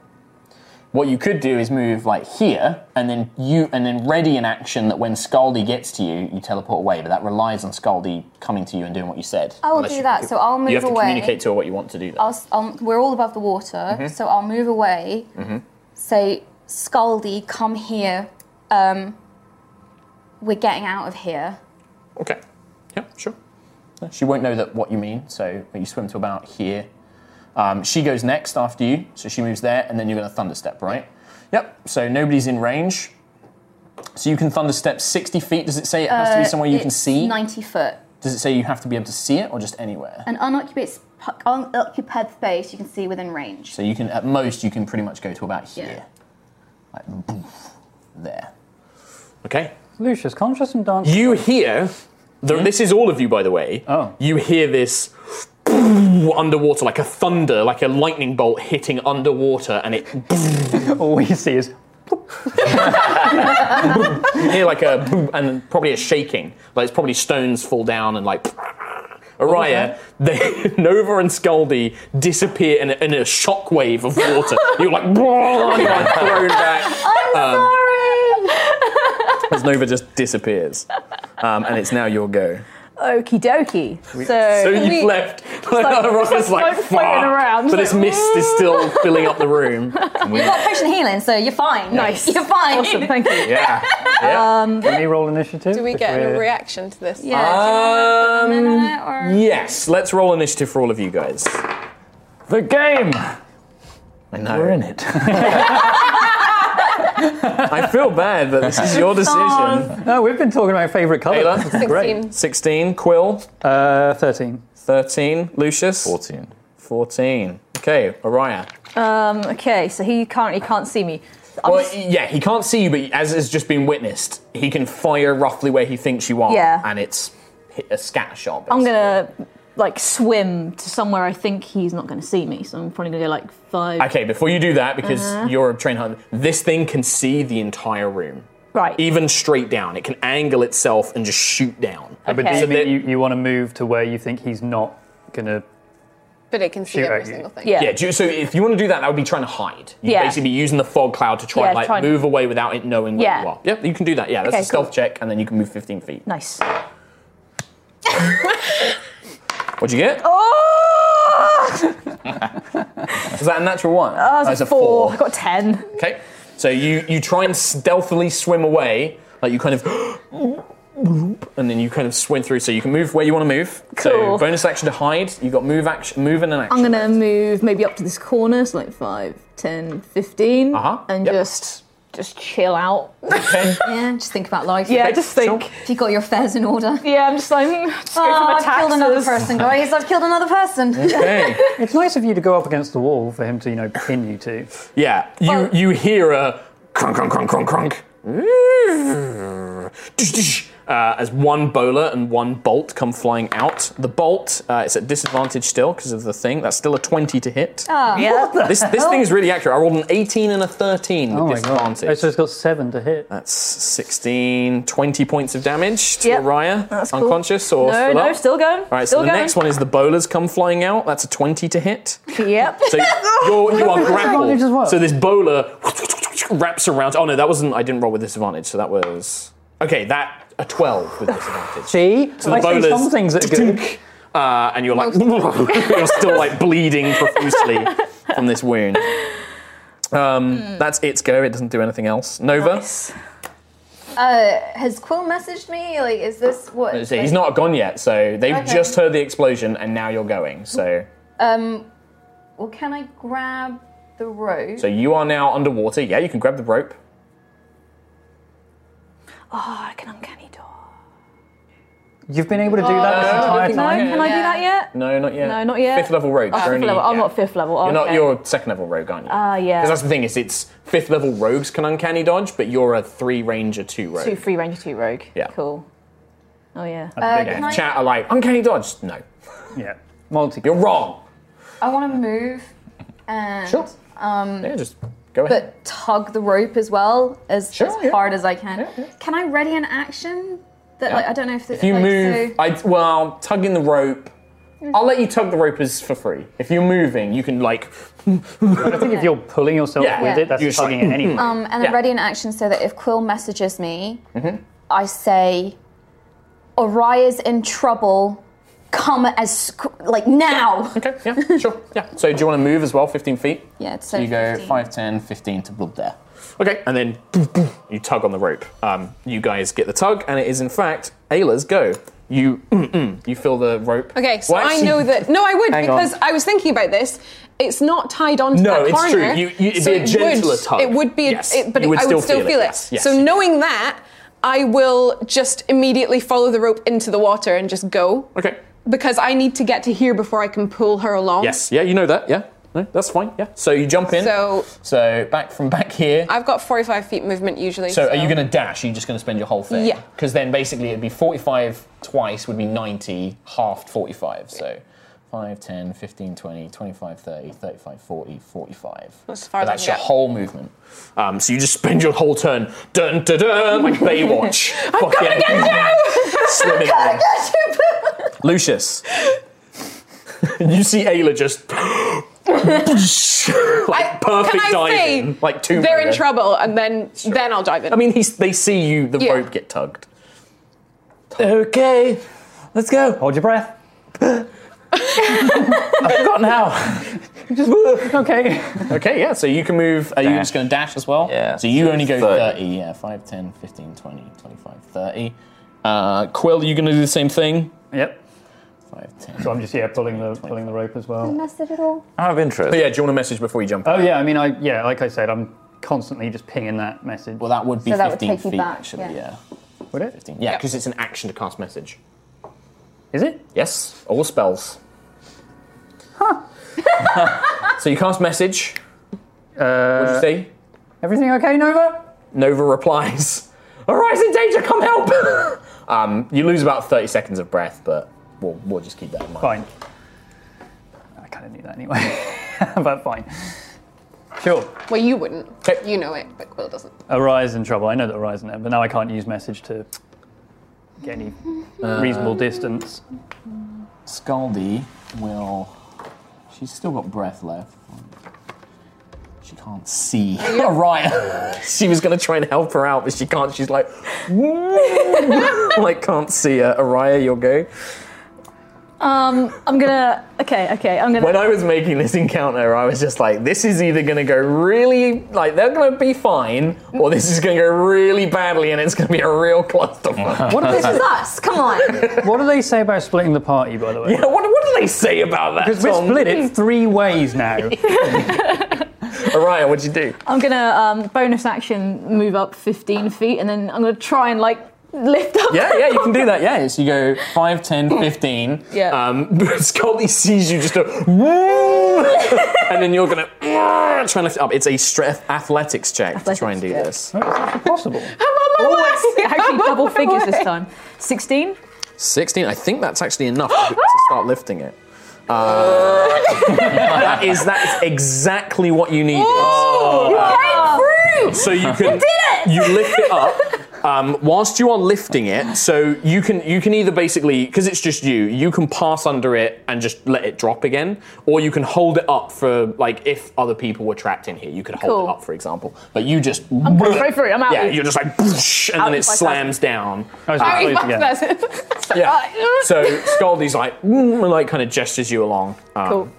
Speaker 2: What you could do is move like here, and then you, and then ready an action that when Scaldy gets to you, you teleport away. But that relies on Scaldy coming to you and doing what you said.
Speaker 5: I will
Speaker 2: Unless
Speaker 5: do
Speaker 2: you-
Speaker 5: that, so I'll
Speaker 2: You
Speaker 5: move
Speaker 2: have to
Speaker 5: away.
Speaker 2: communicate to her what you want to do. Though.
Speaker 5: I'll, s- I'll, we're all above the water,
Speaker 2: Mhm.
Speaker 5: so I'll move away.
Speaker 2: Mhm.
Speaker 5: Say, Scaldy, come here. Um, we're getting out of here.
Speaker 2: Okay. Yeah, sure. She won't know that what you mean, so you swim to about here. Um, she goes next after you, so she moves there, and then you're going to thunder step, right? Yep. So nobody's in range. So you can thunder step 60 feet. Does it say it has to be
Speaker 5: Uh,
Speaker 2: somewhere you can
Speaker 5: it's
Speaker 2: see?
Speaker 5: 90 foot.
Speaker 2: Does it say you have to be able to see it, or just anywhere?
Speaker 5: An unoccupied, sp- unoccupied space you can see within range.
Speaker 2: So you can, at most, you can pretty much go to about here,
Speaker 5: Yeah.
Speaker 2: like boof, there. Okay.
Speaker 6: Lucius, conscious and dancing.
Speaker 2: You hear, the, this is all of you, by the way. Hmm? Oh. You hear this underwater, like a thunder, like a lightning bolt hitting underwater, and it.
Speaker 6: all we see is.
Speaker 2: you hear like a boom, and probably a shaking. Like it's probably stones fall down and like. Araya, they, Nova and Scaldy disappear in a, in a shockwave of water. You're like, and you're like thrown back.
Speaker 5: I'm
Speaker 2: Um,
Speaker 5: sorry!
Speaker 2: As Nova just disappears. Um, and it's now your go.
Speaker 10: Okie dokie.
Speaker 2: We-
Speaker 10: So,
Speaker 2: so you've
Speaker 10: we-
Speaker 2: left.
Speaker 10: like-
Speaker 2: Like, Ross
Speaker 10: it's
Speaker 2: like,
Speaker 10: like floating
Speaker 2: "Fuck."
Speaker 10: around.
Speaker 2: So this mist is still filling up the room.
Speaker 5: You've got potion healing, so you're fine.
Speaker 10: Nice.
Speaker 5: You're fine.
Speaker 10: Awesome, thank you.
Speaker 2: Yeah.
Speaker 10: Um,
Speaker 6: Can we roll initiative?
Speaker 8: Do we
Speaker 6: if
Speaker 8: get a
Speaker 6: we're-
Speaker 8: reaction to this?
Speaker 2: Ah, Um, yes, let's roll initiative for all of you guys.
Speaker 6: The game!
Speaker 2: I know. We're in it. I feel bad, but this is your decision.
Speaker 6: No, we've been talking about favourite colour.
Speaker 2: Ayla?
Speaker 6: This is Great.
Speaker 2: 16, Quill.
Speaker 6: Uh, 13.
Speaker 2: 13, Lucius. 14. 14. Okay, Araya.
Speaker 10: um, okay, so he currently can't see me. I'm
Speaker 2: Well,
Speaker 10: just-
Speaker 2: yeah, he can't see you, but as has just been witnessed, he can fire roughly where he thinks you are.
Speaker 10: Yeah.
Speaker 2: And it's hit a scat shot.
Speaker 10: I'm gonna like swim to somewhere I think he's not gonna see me. So I'm probably gonna go like five.
Speaker 2: Okay, before you do that, because
Speaker 10: Uh-huh.
Speaker 2: you're a train hunter, this thing can see the entire room.
Speaker 10: Right.
Speaker 2: Even straight down. It can angle itself and just shoot down.
Speaker 6: But do
Speaker 8: Okay.
Speaker 6: you mean you, you want to move to where you think he's not going to.
Speaker 8: But it can see
Speaker 6: Shoot
Speaker 8: every
Speaker 6: at you.
Speaker 8: single thing.
Speaker 2: Yeah, do you- so if you want to do that, that would be trying to hide. You'd
Speaker 8: Yeah.
Speaker 2: basically be using the fog cloud to try
Speaker 8: Yeah,
Speaker 2: and like
Speaker 8: trying-
Speaker 2: move away without it knowing where
Speaker 8: Yeah.
Speaker 2: you are. Yep, you can do that. Yeah, that's
Speaker 8: Okay,
Speaker 2: a stealth check, and then you can move 15 feet.
Speaker 10: Nice.
Speaker 2: What'd you get?
Speaker 10: Oh!
Speaker 2: Is that a natural one?
Speaker 10: Oh,
Speaker 2: That's
Speaker 10: that's a four. I got ten.
Speaker 2: Okay. So you you try and stealthily swim away, like you kind of and then you kind of swim through so you can move where you want to move. So
Speaker 10: Cool.
Speaker 2: bonus action to hide, you got move action move and an action.
Speaker 10: I'm gonna move maybe up to this corner, so like five, ten, fifteen,
Speaker 2: Uh-huh,
Speaker 10: and just just chill out.
Speaker 5: yeah, just think about life.
Speaker 10: Yeah, just think.
Speaker 5: If you got your affairs in order.
Speaker 10: Yeah, I'm just like, just
Speaker 5: oh,
Speaker 10: go for my
Speaker 5: I've killed another
Speaker 10: taxes.
Speaker 5: person, guys. I've killed another person.
Speaker 6: it's nice of you to go up against the wall for him to, you know, pin you to.
Speaker 2: Yeah. You you hear a crunk crunk crunk crunk crunk. uh, as one bowler and one bolt come flying out. The bolt, uh, it's at disadvantage still because of the thing. That's still a 20 to hit.
Speaker 10: Oh.
Speaker 9: Yeah.
Speaker 2: This, this thing is really accurate. I rolled an 18 and a 13 with
Speaker 6: Oh my god.
Speaker 2: disadvantage.
Speaker 6: Oh, so it's got seven to hit.
Speaker 2: That's 16, 20 points of damage to
Speaker 10: Yep.
Speaker 2: Araya.
Speaker 10: That's cool.
Speaker 2: Unconscious or
Speaker 10: No,
Speaker 2: still
Speaker 10: no,
Speaker 2: up?
Speaker 10: still going,
Speaker 2: All right,
Speaker 10: still
Speaker 2: so the
Speaker 10: going.
Speaker 2: next one is the bowlers come flying out. That's a 20 to hit.
Speaker 10: Yep.
Speaker 2: So you're, you are grappled.
Speaker 6: Disadvantage as well.
Speaker 2: So this bowler wraps around. Oh no, that wasn't. I didn't roll with disadvantage. So that was okay. That a twelve with disadvantage.
Speaker 6: See?
Speaker 2: So the
Speaker 6: I say
Speaker 2: bowlers.
Speaker 6: some things that are good.
Speaker 2: Uh, and you're like you're still like bleeding profusely from this wound. Um, That's its go. It doesn't do anything else. Nova.
Speaker 5: Uh, has Quill messaged me? Like, is this what?
Speaker 2: Let's see, He's not gone yet, so they've
Speaker 5: Okay.
Speaker 2: just heard the explosion, and now you're going. So,
Speaker 5: Um, well, can I grab the rope?
Speaker 2: so you are now underwater. Yeah, you can grab the rope.
Speaker 10: Oh, I can uncanny door.
Speaker 6: You've been able to do that this
Speaker 2: Oh,
Speaker 6: entire
Speaker 2: no,
Speaker 6: time?
Speaker 10: Can I do that yet?
Speaker 2: No, not yet.
Speaker 10: No, not yet.
Speaker 2: Fifth level rogue.
Speaker 10: Oh, fifth level. I'm not fifth level.
Speaker 2: You're not.
Speaker 10: okay.
Speaker 2: You're second level rogue, aren't you?
Speaker 10: Ah, yeah.
Speaker 2: Because that's the thing is, it's fifth level rogues can uncanny dodge, but you're a three ranger two rogue.
Speaker 10: Two free ranger, two rogue.
Speaker 2: Yeah.
Speaker 10: Cool. Oh yeah.
Speaker 2: That's the big
Speaker 5: can
Speaker 2: F.
Speaker 5: I-
Speaker 2: Chat are like uncanny dodge. No.
Speaker 6: Yeah. Multi.
Speaker 2: You're wrong.
Speaker 5: I want to move and
Speaker 2: Sure.
Speaker 10: Hmm.
Speaker 5: um,
Speaker 2: Yeah, just go ahead.
Speaker 5: but tug the rope as well as,
Speaker 2: Sure,
Speaker 5: as
Speaker 2: yeah.
Speaker 5: hard as I can. Can I ready an action? That
Speaker 2: Yeah.
Speaker 5: like I don't know if, the,
Speaker 2: If you
Speaker 5: like,
Speaker 2: move, I well tugging the rope.
Speaker 10: Mm.
Speaker 2: I'll let you tug the rope is for free. If you're moving, you can like
Speaker 6: I think if you're pulling yourself
Speaker 2: Yeah.
Speaker 6: with
Speaker 5: Yeah.
Speaker 6: it, that's
Speaker 2: You're just
Speaker 6: tugging
Speaker 2: like,
Speaker 6: it anyway.
Speaker 5: so, um, and
Speaker 2: Yeah. Mm-hmm.
Speaker 5: ready an action so that if Quill messages me, I say, "Oraya's in trouble. Come as qu- like now."
Speaker 2: Okay, yeah, sure. Yeah. So do you want to move as well, 15 feet?
Speaker 5: Yeah, it's
Speaker 2: So you go 5, 10, 15 to blob there. Okay, and then you tug on the rope. Um, you guys get the tug, and it is in fact Ayla's go. You mm, you feel the rope.
Speaker 8: Okay, so
Speaker 2: Well,
Speaker 8: I
Speaker 2: actually-
Speaker 8: know that. No, I would
Speaker 2: Hang
Speaker 8: because
Speaker 2: on.
Speaker 8: I was thinking about this. It's not tied onto
Speaker 2: No,
Speaker 8: that
Speaker 2: it's
Speaker 8: corner.
Speaker 2: true. You- you- it'd
Speaker 8: so
Speaker 2: be a
Speaker 8: it
Speaker 2: gentler
Speaker 8: would,
Speaker 2: tug.
Speaker 8: It would be, a-
Speaker 2: Yes,
Speaker 8: it, but
Speaker 2: you
Speaker 8: it,
Speaker 2: would
Speaker 8: I
Speaker 2: still
Speaker 8: would still
Speaker 2: feel it,
Speaker 8: feel, it.
Speaker 2: yes, yes,
Speaker 8: so
Speaker 2: you do.
Speaker 8: knowing that, I will just immediately follow the rope into the water and just go
Speaker 2: Okay.
Speaker 8: because I need to get to here before I can pull her along.
Speaker 2: Yes, yeah, you know that, yeah. No, that's fine, yeah. So you jump in.
Speaker 8: So
Speaker 2: So back from back here.
Speaker 8: I've got 45 feet movement usually.
Speaker 2: So are you going to dash? Are you just going to spend your whole thing?
Speaker 8: Yeah.
Speaker 2: Because then basically it'd be 45 twice would be 90, halved 45. So 5, 10, 15, 20, 25, 30, 35, 40, 45.
Speaker 8: That's as far as I
Speaker 2: That's
Speaker 8: can
Speaker 2: your
Speaker 8: get.
Speaker 2: whole movement. Um, so you just spend your whole turn, dun dun dun, like Baywatch. I'm coming at you! Swimming. in. Lucius. you see Ayla just like perfect
Speaker 8: can I
Speaker 2: diving,
Speaker 8: say
Speaker 2: like two.
Speaker 8: They're in trouble, and then then I'll dive in.
Speaker 2: I mean, he's, they see you, the
Speaker 8: Yeah.
Speaker 2: rope get tugged. Okay, let's go.
Speaker 6: Hold your breath.
Speaker 2: I've forgotten how.
Speaker 6: Just, okay.
Speaker 2: Okay, yeah, so you can move. Are you
Speaker 7: Dash.
Speaker 2: just going to dash as well?
Speaker 7: Yeah,
Speaker 2: So you
Speaker 7: so
Speaker 2: only go 30.
Speaker 7: 30.
Speaker 2: yeah. 5, 10, 15, 20, 25, 30. Uh, Quill, you going to do the same thing?
Speaker 6: Yep.
Speaker 2: 5, 10.
Speaker 6: So I'm just yeah pulling the pulling the rope as well.
Speaker 5: Message at all?
Speaker 7: Out of interest.
Speaker 2: But yeah, do you want a message before you jump
Speaker 6: Oh
Speaker 2: out?
Speaker 6: yeah, I mean I yeah like I said I'm constantly just pinging that message.
Speaker 2: Well, that would be
Speaker 5: So that would
Speaker 2: 15
Speaker 5: take you
Speaker 2: feet,
Speaker 5: back,
Speaker 2: actually,
Speaker 5: yeah.
Speaker 2: yeah.
Speaker 6: would it?
Speaker 2: 15. Yeah, because it's an action to cast message.
Speaker 6: Is it?
Speaker 2: Yes, all spells. Huh. so you cast message. Uh, what do you see?
Speaker 6: Everything okay, Nova?
Speaker 2: Nova replies, "Arise in danger! Come help!" um, you lose about thirty seconds of breath, but we'll, we'll just keep that in mind.
Speaker 6: Fine. I kind of knew that anyway, but fine. Sure.
Speaker 8: well, you wouldn't.
Speaker 2: Okay.
Speaker 8: You know it, but Quill doesn't.
Speaker 6: Arise in trouble. I know that Arise in there, but now I can't use message to get any
Speaker 2: Uh.
Speaker 6: reasonable distance.
Speaker 2: Scaldy will. She's still got breath left. She can't see. Right. she was gonna try and help her out, but she can't. She's like, like can't see her. Araya, you'll go.
Speaker 10: Um, I'm gonna. Okay, okay. I'm gonna.
Speaker 2: When I was making this encounter, I was just like, this is either going to go really, like, they're going to be fine, or this is going to go really badly and it's going to be a real clusterfuck.
Speaker 6: What do they say,
Speaker 5: Us, come on.
Speaker 6: what do they say about splitting the party, by the way?
Speaker 2: yeah, what, what do they say about that?
Speaker 6: Because we're
Speaker 2: Tom?
Speaker 6: split it three ways now.
Speaker 2: Araya, what'd you do?
Speaker 10: I'm gonna um, bonus action move up 15 feet, and then I'm gonna try and like lift up.
Speaker 2: Yeah, yeah, you can do that. Yeah, so you go 5, 10, 15.
Speaker 10: Yeah.
Speaker 2: Um, Scotty sees you just go, "Woo!" and then you're going to oh, try and lift it up. It's a strength athletics check to try and
Speaker 10: Athletics,
Speaker 2: do this.
Speaker 10: yeah.
Speaker 6: It's actually possible.
Speaker 8: I'm on
Speaker 10: Oh, it's actually double figures this time. 16?
Speaker 2: 16. I think that's actually enough to, to start lifting it. Uh, that is that is exactly what you needed. Uh,
Speaker 5: you came through!
Speaker 2: So you can
Speaker 5: You did it!
Speaker 2: you lift it up. Um, whilst you are lifting it, so you can you can either basically because it's just you, you can pass under it and just let it drop again, or you can hold it up for like if other people were trapped in here, you could hold
Speaker 10: Cool.
Speaker 2: it up, for example. But you just
Speaker 10: I'm going straight through, I'm out.
Speaker 2: yeah, you're just like "Boosh," and
Speaker 10: Out
Speaker 2: then it
Speaker 10: with my
Speaker 2: slams down.
Speaker 8: Harry, fuck that's it.
Speaker 2: Yeah. So Scaldy's like, "Mm," and, like kind of gestures you along. Um,
Speaker 8: Cool.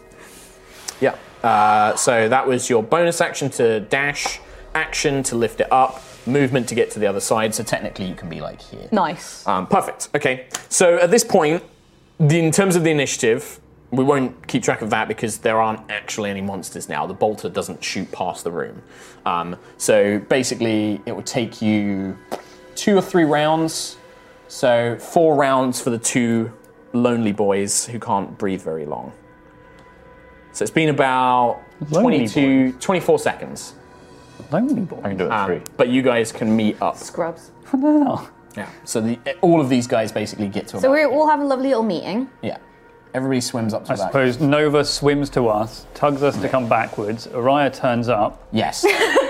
Speaker 2: Yeah. Uh, so that was your bonus action to dash, action to lift it up, movement to get to the other side. So technically, you can be like here.
Speaker 10: Nice.
Speaker 2: Um, perfect. Okay. So at this point, the, in terms of the initiative, we won't keep track of that because there aren't actually any monsters now. The bolter doesn't shoot past the room. Um, so basically, it will take you two or three rounds. So four rounds for the two lonely boys who can't breathe very long. So it's been about
Speaker 6: Lonely
Speaker 2: 22, 24 seconds.
Speaker 6: Lonely boy. I
Speaker 7: can do it
Speaker 2: Um, but you guys can meet up.
Speaker 5: Scrubs.
Speaker 6: What the hell?
Speaker 2: Yeah. So the, all of these guys basically get to.
Speaker 5: So
Speaker 2: about-
Speaker 5: we all have a lovely little meeting.
Speaker 2: yeah. Everybody swims up to
Speaker 6: I
Speaker 2: that.
Speaker 6: suppose Nova swims to us, tugs us to come backwards. Araya turns up.
Speaker 2: Yes.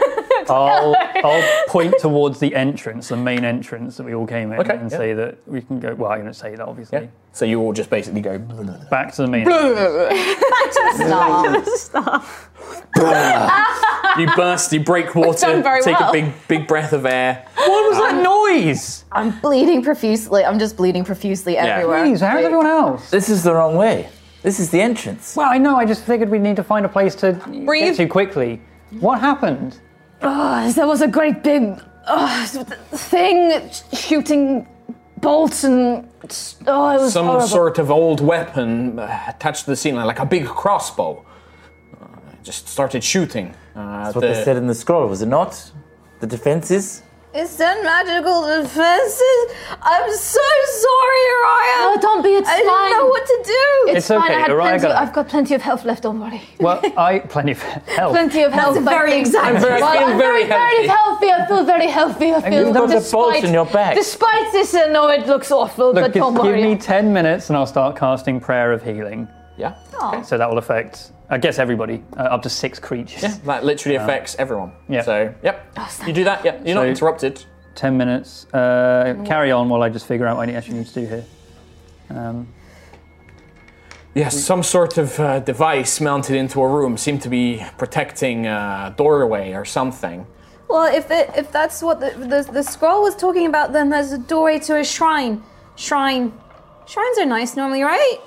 Speaker 6: I'll, I'll point towards the entrance, the main entrance that we all came in,
Speaker 2: Okay,
Speaker 6: and
Speaker 2: yeah.
Speaker 6: say that we can go. Well, I'm going to say that obviously.
Speaker 2: So you all just basically go
Speaker 6: back to the main.
Speaker 8: Back
Speaker 5: to the start.
Speaker 2: you burst, you break water,
Speaker 5: done very
Speaker 2: take a
Speaker 5: well.
Speaker 2: big, big breath of air. What was that noise?
Speaker 5: I'm bleeding profusely. I'm just bleeding profusely everywhere.
Speaker 6: Please, how's everyone else?
Speaker 7: This is the wrong way. This is the entrance.
Speaker 6: Well, I know. I just figured we'd need to find a place to
Speaker 9: Breathe.
Speaker 6: get to quickly. What happened?
Speaker 9: Oh, there was a great big uh, thing shooting bolts and oh, it was
Speaker 2: Some
Speaker 9: horrible.
Speaker 2: sort of old weapon uh, attached to the ceiling, like a big crossbow. Uh, just started shooting. Uh,
Speaker 7: That's what they said in the scroll, was it not? The defenses?
Speaker 5: It's done magical defenses. I'm so sorry, Ryan.
Speaker 9: No, don't be, it's
Speaker 5: I didn't
Speaker 9: fine.
Speaker 5: know what to do.
Speaker 6: It's It's fine, okay, I had Uriah plenty- got it.
Speaker 9: I've got plenty of health left. Don't worry.
Speaker 6: Well, I plenty of help.
Speaker 9: Plenty of health.
Speaker 5: That's
Speaker 9: but
Speaker 5: very
Speaker 9: I think-
Speaker 5: exact. I'm very-
Speaker 9: Well,
Speaker 5: I'm
Speaker 9: I'm very,
Speaker 6: very
Speaker 9: very healthy. I feel very healthy. I
Speaker 6: And
Speaker 9: feel
Speaker 6: you've got a bolt
Speaker 9: despite-
Speaker 6: in your back.
Speaker 9: Despite this, I know it looks awful,
Speaker 6: Look,
Speaker 9: but
Speaker 6: give,
Speaker 9: don't
Speaker 6: give
Speaker 9: worry.
Speaker 6: me ten minutes, and I'll start casting prayer of healing.
Speaker 2: Yeah.
Speaker 6: So that will affect, I guess, everybody uh, up to six creatures.
Speaker 2: Yeah, that literally
Speaker 6: Um,
Speaker 2: affects everyone.
Speaker 6: yeah.
Speaker 2: So, yep. you do that, yep. You're not
Speaker 6: So-
Speaker 2: interrupted.
Speaker 6: Ten minutes. Uh, carry on while I just figure out what I actually need to do here. Um,
Speaker 2: Yes, some sort of uh, device mounted into a room seemed to be protecting a doorway or something.
Speaker 5: Well, if it, if that's what the, the the scroll was talking about, then there's a doorway to a shrine. Shrine. Shrines are nice normally, right?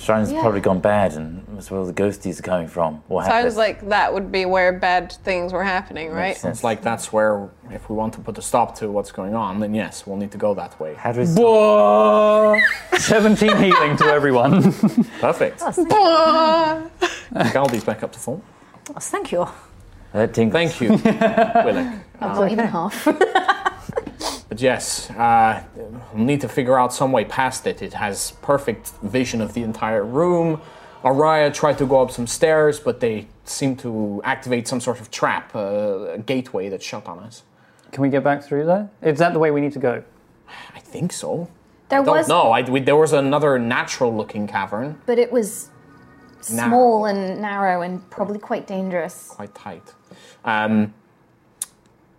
Speaker 7: Shrine's
Speaker 8: Yeah.
Speaker 7: probably gone bad, and that's where all the ghosties are coming from. What happened?
Speaker 8: Sounds like that would be where bad things were happening, right?
Speaker 2: It's like that's where, if we want to put a stop to what's going on, then yes, we'll need to go that way.
Speaker 7: How do we
Speaker 6: Seventeen healing to everyone.
Speaker 2: Perfect.
Speaker 8: Ah.
Speaker 2: Galdi's back up to full.
Speaker 10: Thank you.
Speaker 2: Thank you, Willick.
Speaker 5: I've got even half.
Speaker 2: But yes, uh, we'll need to figure out some way past it. It has perfect vision of the entire room. Araya tried to go up some stairs, but they seemed to activate some sort of trap, uh, a gateway that shut on us.
Speaker 6: Can we get back through there? Is that the way we need to go?
Speaker 2: I think so.
Speaker 5: There
Speaker 2: I don't
Speaker 5: was,
Speaker 2: know. I, we, there was another natural-looking cavern,
Speaker 5: but it was
Speaker 2: Narrow.
Speaker 5: small and narrow and probably quite dangerous.
Speaker 2: quite tight. Um,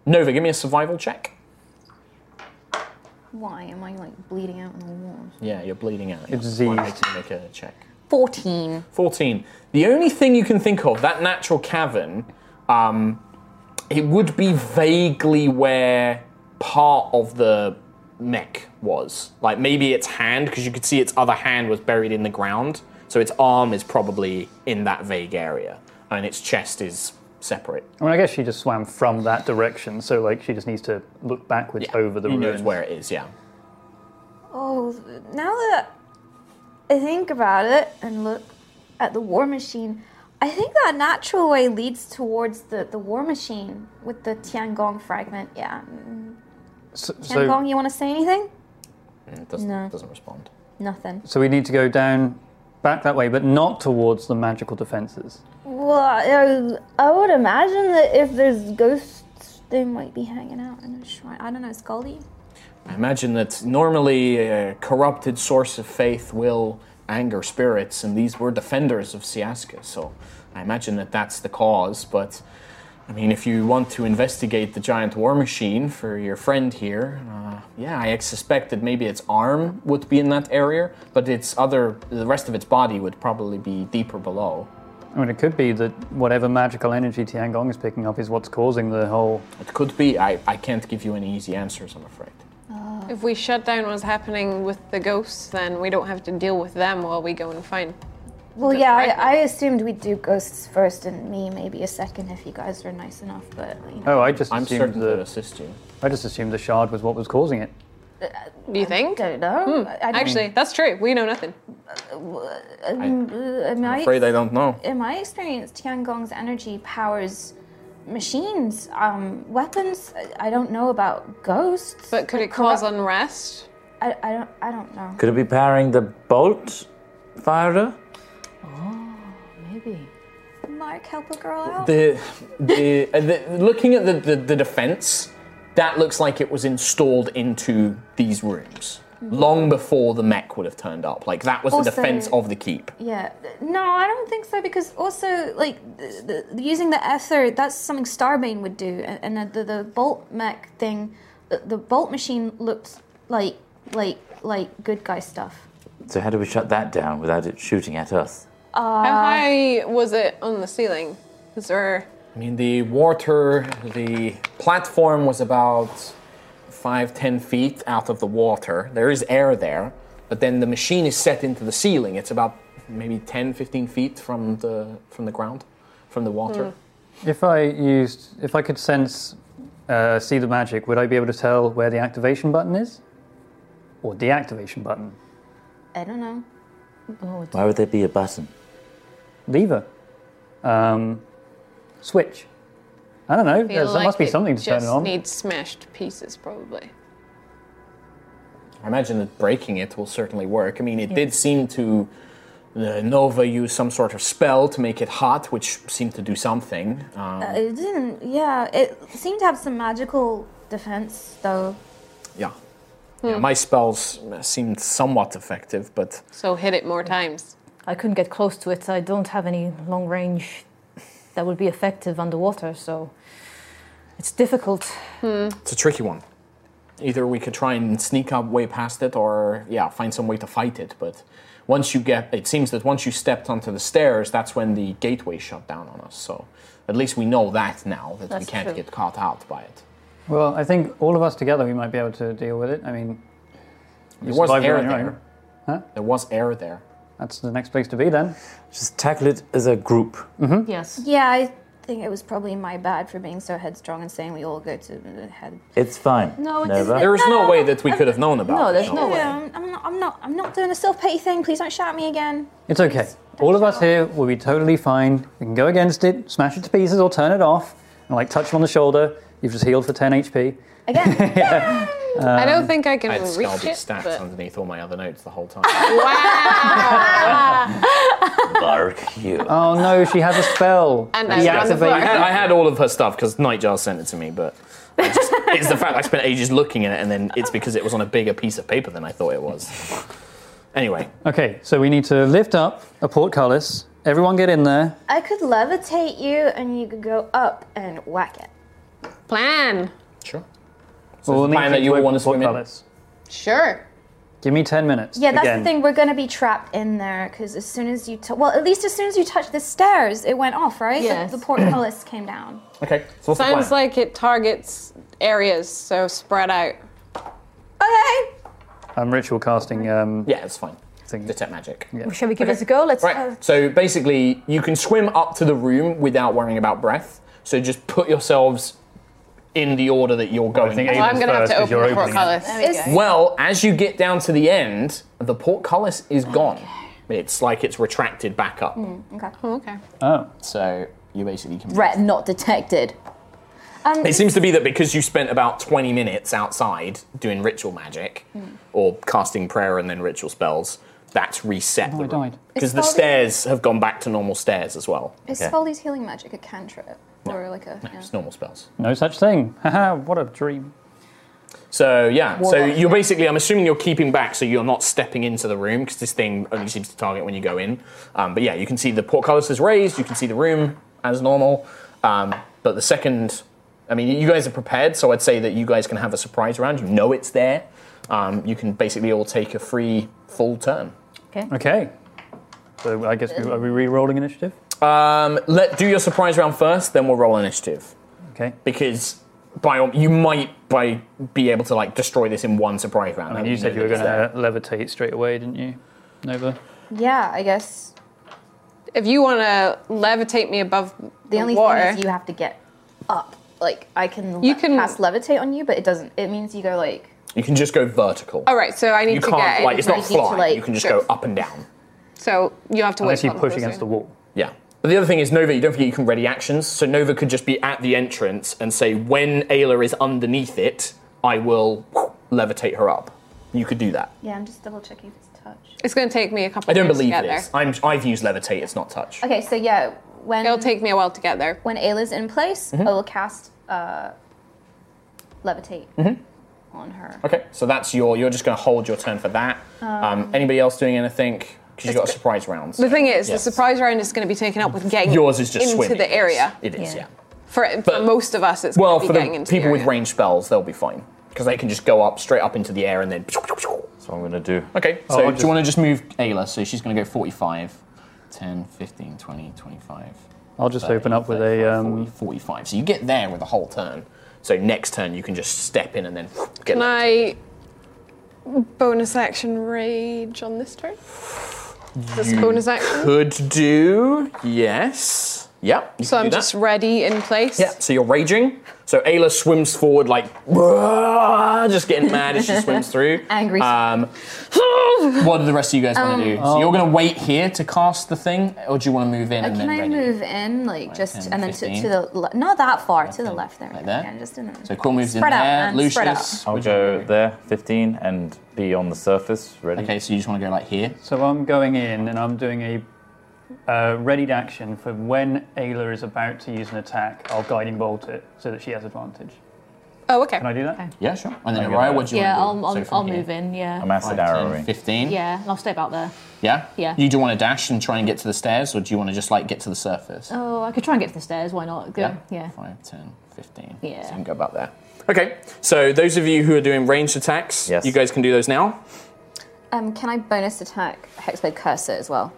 Speaker 2: Nova, give me a survival check.
Speaker 5: Why am I like bleeding out on the walls?
Speaker 2: Yeah, you're bleeding out.
Speaker 6: It's
Speaker 2: Why don't you Make a check.
Speaker 5: Fourteen.
Speaker 2: 14. The only thing you can think of, that natural cavern, um, it would be vaguely where part of the mech was. Like maybe its hand, because you could see its other hand was buried in the ground. So its arm is probably in that vague area, and its chest is separate.
Speaker 6: I mean, I guess she just swam from that direction, so like she just needs to look backwards over the
Speaker 2: Who knows
Speaker 6: ruins.
Speaker 2: where it is, yeah.
Speaker 5: Oh, now that I think about it and look at the war machine, I think that natural way leads towards the, the war machine with the Tiangong fragment. Yeah. mm.
Speaker 6: So,
Speaker 5: Tiangong,
Speaker 6: so,
Speaker 5: you want to say anything?
Speaker 2: It doesn't,
Speaker 5: No.
Speaker 2: doesn't respond.
Speaker 5: Nothing.
Speaker 6: so we need to go down, back that way, but not towards the magical defenses.
Speaker 5: Well, I, I would imagine that if there's ghosts They might be hanging out in a shrine. I don't know, Scaldy?
Speaker 2: I imagine that normally a corrupted source of faith will anger spirits, and these were defenders of Siaska, so I imagine that that's the cause. But I mean, if you want to investigate the giant war machine for your friend here, uh, yeah, I suspect that maybe its arm would be in that area, but its other, the rest of its body would probably be deeper below.
Speaker 6: I mean, it could be that whatever magical energy Tiangong is picking up is what's causing the whole.
Speaker 2: It could be. I, I can't give you any easy answers, I'm afraid.
Speaker 8: If we shut down what's happening with the ghosts, then we don't have to deal with them while we go and find.
Speaker 5: Well, yeah, I, I assumed we'd do ghosts first and me maybe a second if you guys are nice enough, but, you know.
Speaker 6: Oh, I just
Speaker 2: I'm
Speaker 6: assumed
Speaker 2: certain
Speaker 6: the,
Speaker 2: that assist you.
Speaker 6: I just assumed the shard was what was causing it.
Speaker 8: Do you think?
Speaker 5: I don't know.
Speaker 8: Hmm,
Speaker 5: I don't-
Speaker 8: Actually, that's true. We know nothing.
Speaker 5: Um, uh, am
Speaker 2: I'm afraid I don't know.
Speaker 5: In my experience, Tiangong's energy powers machines, um, weapons. I, I don't know about ghosts. But
Speaker 8: could it cause unrest?
Speaker 5: I, I don't. I don't know.
Speaker 7: Could it be powering the bolt firer?
Speaker 5: Maybe. Mark, help a girl out.
Speaker 2: The, the, uh, the looking at the, the, the defense, that looks like it was installed into these rooms long before the mech would have turned up. Like that was
Speaker 5: Also-
Speaker 2: the defense of the keep.
Speaker 5: Yeah. No, I don't think so because also like the, the, using the ether, that's something Starbane would do, and, and the, the bolt mech thing, the, the bolt machine looked like like like good guy stuff.
Speaker 7: So how do we shut that down without it shooting at us?
Speaker 5: Uh,
Speaker 8: How high was it on the ceiling? Is there.
Speaker 2: I mean, the water, the platform was about five, ten feet out of the water. There is air there, but then the machine is set into the ceiling. It's about maybe 10, 15 feet from the from the ground, from the water.
Speaker 6: If I used, if I could sense, uh, see the magic, would I be able to tell where the activation button is, or deactivation button?
Speaker 5: I don't know.
Speaker 7: Why would there be a button?
Speaker 6: Lever, um, switch. I don't know.
Speaker 8: I feel
Speaker 6: There's, there
Speaker 8: like
Speaker 6: must be
Speaker 8: it
Speaker 6: something to turn it
Speaker 8: just
Speaker 6: on.
Speaker 8: needs smashed pieces, probably.
Speaker 2: I imagine that breaking it will certainly work. I mean, it did seem to. The Nova used some sort of spell to make it hot, which seemed to do something. Um,
Speaker 5: Uh, it didn't. Yeah, it seemed to have some magical defense though.
Speaker 2: yeah.
Speaker 6: hmm.
Speaker 2: yeah. My spells seemed somewhat effective, but
Speaker 8: So hit it more times.
Speaker 10: I couldn't get close to it. I don't have any long range that would be effective underwater, so it's difficult.
Speaker 2: It's a tricky one. Either we could try and sneak our way past it, or yeah, find some way to fight it. But once you get, it seems that once you stepped onto the stairs, that's when the gateway shut down on us. So at least we know that now that we
Speaker 6: That's
Speaker 2: can't
Speaker 6: true.
Speaker 2: get caught out by it.
Speaker 6: Well, I think all of us together we might be able to deal with it. I mean,
Speaker 2: There
Speaker 6: you
Speaker 2: was
Speaker 6: survived
Speaker 2: air
Speaker 6: on your
Speaker 2: there.
Speaker 6: own. Huh?
Speaker 2: There was air there.
Speaker 6: That's the next place to be then.
Speaker 7: Just tackle it as a group.
Speaker 6: Mm-hmm.
Speaker 10: Yes.
Speaker 5: Yeah, I think it was probably my bad for being so headstrong and saying we all go to the head.
Speaker 7: It's fine.
Speaker 5: No, it's-
Speaker 7: Nova.
Speaker 5: it's-
Speaker 2: There is no way that we could have known about it.
Speaker 5: I'm, I'm not. I'm not. I'm not doing a self pity thing. Please don't shout at me again.
Speaker 6: It's okay. All of us here will be totally fine. We can go against it, smash it to pieces, or turn it off, and like touch him on the shoulder. You've just healed for 10 HP. Again.
Speaker 8: I don't think I can
Speaker 2: Um, I had
Speaker 8: reach
Speaker 2: Scaldy's
Speaker 8: it.
Speaker 2: stats
Speaker 8: but-
Speaker 2: underneath all my other notes the whole time.
Speaker 7: Bark you.
Speaker 6: Oh no, she has a spell.
Speaker 8: And
Speaker 2: I,
Speaker 8: I was on the
Speaker 2: had,
Speaker 8: floor.
Speaker 2: I had all of her stuff because Nightjar sent it to me, but I just- it's the fact I spent ages looking at it, and then it's because it was on a bigger piece of paper than I thought it was. Anyway,
Speaker 6: Okay, so we need to lift up a portcullis. Everyone get in there.
Speaker 5: I could levitate you, and you could go up and whack it.
Speaker 8: Plan.
Speaker 2: Sure.
Speaker 6: So we'll
Speaker 2: fine that you all
Speaker 6: want to
Speaker 2: swim in?
Speaker 6: portcullis.
Speaker 8: Sure.
Speaker 6: Give me 10 minutes.
Speaker 5: Yeah, that's
Speaker 6: Again.
Speaker 5: the thing. We're gonna be trapped in there because as soon as you t- well, at least as soon as you touch the stairs, it went off, right?
Speaker 8: Yes.
Speaker 5: The, the portcullis came down.
Speaker 2: okay. So what's
Speaker 8: Sounds
Speaker 2: the plan?
Speaker 8: like it targets areas, so spread out.
Speaker 6: I'm ritual casting. Um,
Speaker 2: yeah, it's fine. Detect magic.
Speaker 10: Well, shall we give this a go? Let's.
Speaker 2: Right.
Speaker 8: Oh.
Speaker 10: have-
Speaker 2: So basically, you can swim up to the room without worrying about breath. So just put yourselves in the order that you're going.
Speaker 6: think
Speaker 2: in.
Speaker 6: Well, I'm Aiden's gonna have to first 'cause open you're the opening it. portcullis.
Speaker 8: There
Speaker 5: we
Speaker 2: Well, as you get down to the end, the portcullis is gone. It's like it's retracted back up.
Speaker 5: okay.
Speaker 8: okay.
Speaker 6: Oh.
Speaker 2: So you basically can.
Speaker 11: Rat not detected.
Speaker 5: Um,
Speaker 2: It seems to be that because you spent about 20 minutes outside doing ritual magic
Speaker 5: Hmm.
Speaker 11: Mm.
Speaker 2: or casting prayer and then ritual spells, that's reset.
Speaker 6: Oh, I died.
Speaker 2: Because the
Speaker 5: It's
Speaker 2: stairs have gone back to normal stairs as well.
Speaker 5: Is Foley's healing magic a cantrip? or like a. Yeah.
Speaker 2: It's normal spells.
Speaker 6: No such thing. Haha, what a dream.
Speaker 2: So yeah, so
Speaker 6: Warlock.
Speaker 2: you're basically. I'm assuming you're keeping back, so you're not stepping into the room because this thing only seems to target when you go in. Um, but yeah, you can see the portcullis is raised. You can see the room as normal. Um, but the second, I mean, you guys are prepared, so I'd say that you guys can have a surprise round. You know it's there. Um, you can basically all take a free full turn.
Speaker 10: Okay.
Speaker 6: Okay. So I guess we, are we re-rolling initiative?
Speaker 2: Um, let do your surprise round first, then we'll roll initiative.
Speaker 6: Okay.
Speaker 2: Because by all- you might by be able to like destroy this in one surprise round.
Speaker 6: I mean, you said you were going to levitate straight away, didn't you, Nova?
Speaker 8: Yeah, I guess. If you want to levitate me above the,
Speaker 5: The only
Speaker 8: water,
Speaker 5: thing is you have to get up. Like I can,
Speaker 8: You
Speaker 5: you can cast levitate on you, but it doesn't. It means you go like.
Speaker 2: You can just go vertical.
Speaker 8: All right, so I need
Speaker 2: you
Speaker 8: to
Speaker 2: can't,
Speaker 8: get in
Speaker 2: like it's not
Speaker 8: close. You need to,
Speaker 2: fly.
Speaker 8: like,
Speaker 2: you can just
Speaker 8: go-
Speaker 2: go up and down.
Speaker 8: so you have to wait. for them to close in.
Speaker 6: wall.
Speaker 2: Yeah. But the other thing is Nova. You don't forget you can ready actions. So Nova could just be at the entrance and say, when Ayla is underneath it, I will levitate her up. You could do that.
Speaker 5: Yeah, I'm just double checking if it's touch.
Speaker 8: It's going to take me a couple.
Speaker 2: I don't
Speaker 8: of minutes
Speaker 2: believe
Speaker 8: to
Speaker 2: it
Speaker 8: get
Speaker 2: is. I'm, I've used levitate. It's not touch.
Speaker 5: Okay, so yeah, when it'll
Speaker 8: take me a while to get there.
Speaker 5: When Ayla's in place,
Speaker 2: Mhm.
Speaker 5: I will cast uh, levitate
Speaker 2: Mhm.
Speaker 5: on her.
Speaker 2: Okay. So that's your. You're just going to hold your turn for that. Um, anybody else doing anything? Because you got a surprise round.
Speaker 8: The thing is,
Speaker 2: Yeah.
Speaker 8: the surprise round is going to be taken up with getting
Speaker 2: Yours is just
Speaker 8: into
Speaker 2: swimming.
Speaker 8: the area.
Speaker 2: It is. yeah.
Speaker 8: For, for most of us, it's
Speaker 2: Well,
Speaker 8: going
Speaker 2: for
Speaker 8: to be getting
Speaker 2: the
Speaker 8: into
Speaker 2: people
Speaker 8: the
Speaker 2: with
Speaker 8: area.
Speaker 2: range spells, they'll be fine because they can just go up straight up into the air and then. That's what I'm gonna do. Okay.
Speaker 7: Oh,
Speaker 2: So
Speaker 7: I'll
Speaker 2: do you want to just move Ayla? So she's gonna go 45, 10, 15, 20, 25.
Speaker 6: I'll just
Speaker 2: 30,
Speaker 6: open up with a. Um,
Speaker 2: 45. So you get there with a whole turn. So next turn you can just step in and then get.
Speaker 8: Can I bonus action rage on this turn? This
Speaker 2: You
Speaker 8: bonus action.
Speaker 2: Could do. Yes. Yep. you
Speaker 8: So
Speaker 2: can do
Speaker 8: I'm
Speaker 2: that.
Speaker 8: just ready in place.
Speaker 2: Yeah, so you're raging. So Ayla swims forward like, "Wah," just getting mad as she swims through.
Speaker 5: Angry.
Speaker 2: Um, what do the rest of you guys want
Speaker 5: Um,
Speaker 2: to do? So you're going to wait here to cast the thing, or do you want to move in
Speaker 5: Uh,
Speaker 2: and
Speaker 5: can
Speaker 2: then
Speaker 5: I
Speaker 2: ready?
Speaker 5: move in, like just,
Speaker 2: 10,
Speaker 5: and then to,
Speaker 2: 15?
Speaker 5: to the le- not that far, to the left there.
Speaker 7: Like that?
Speaker 5: Yeah, just in the-
Speaker 7: So Quill moves
Speaker 5: Spread
Speaker 7: in
Speaker 5: out,
Speaker 7: there.
Speaker 5: man,
Speaker 7: Lucius,
Speaker 5: spread out.
Speaker 7: I'll go there, 15, and be on the surface, ready. Okay,
Speaker 2: Oh, so you just want to go like here?
Speaker 6: so I'm going in and I'm doing a uh, readied action for when Ayla is about to use an attack. I'll guiding bolt it so that she has advantage.
Speaker 8: Oh, okay.
Speaker 6: Can I do that?
Speaker 2: Yeah, sure. And
Speaker 6: I'll
Speaker 2: then
Speaker 6: go
Speaker 2: Araya,
Speaker 6: there.
Speaker 2: what do you
Speaker 10: yeah,
Speaker 2: want
Speaker 10: I'll,
Speaker 2: to
Speaker 10: I'll,
Speaker 2: do?
Speaker 10: I'll move in. Yeah.
Speaker 7: Um,
Speaker 2: I'm acid arrowing. 15?
Speaker 10: Yeah, and I'll stay about there.
Speaker 2: Yeah?
Speaker 10: Yeah.
Speaker 2: You do want to dash and try and get to the stairs, or do you want to just like get to the surface?
Speaker 10: Oh, I could try and get to the stairs. Why not? Go-
Speaker 2: Yeah.
Speaker 10: Yeah.
Speaker 2: 5, 10, 15.
Speaker 10: Yeah.
Speaker 2: So you can go about there. Okay, so those of you who are doing ranged attacks, you guys can do those now.
Speaker 5: Um, can I bonus attack hexblade cursor as well?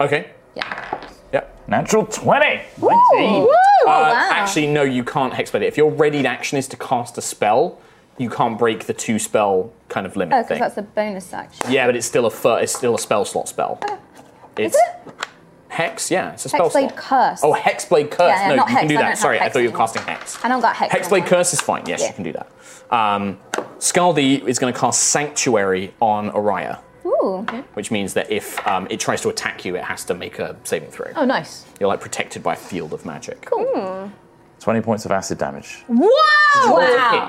Speaker 2: Okay. Yeah. Yep. Natural 20!
Speaker 5: Woo! Oh, wow.
Speaker 2: Uh, Actually, no, you can't hexblade it. If your readied action is to cast a spell, you can't break the two spell kind of limit
Speaker 5: Oh, because
Speaker 2: thing.
Speaker 5: that's a bonus action.
Speaker 2: Yeah, but it's still a fir- it's still a spell slot spell. It's
Speaker 5: Is
Speaker 2: hex, yeah, it's a spell
Speaker 5: Hexblade
Speaker 2: slot.
Speaker 5: curse.
Speaker 2: Oh, hexblade curse.
Speaker 5: Yeah, yeah,
Speaker 2: no,
Speaker 5: not
Speaker 2: you
Speaker 5: hex,
Speaker 2: can do
Speaker 5: I don't
Speaker 2: that.
Speaker 5: have
Speaker 2: Sorry, I
Speaker 5: hex
Speaker 2: thought you were
Speaker 5: anymore.
Speaker 2: casting hex.
Speaker 5: I don't got hex.
Speaker 2: Hexblade curse is fine. Yes,
Speaker 5: Yeah.
Speaker 2: you can do that. Um, Scaldi is going to cast sanctuary on Araya,
Speaker 5: Ooh.
Speaker 2: which means that if um, it tries to attack you, it has to make a saving throw.
Speaker 10: Oh, nice.
Speaker 2: You're like protected by a field of magic.
Speaker 10: Cool.
Speaker 7: 20 points of acid damage.
Speaker 8: Whoa!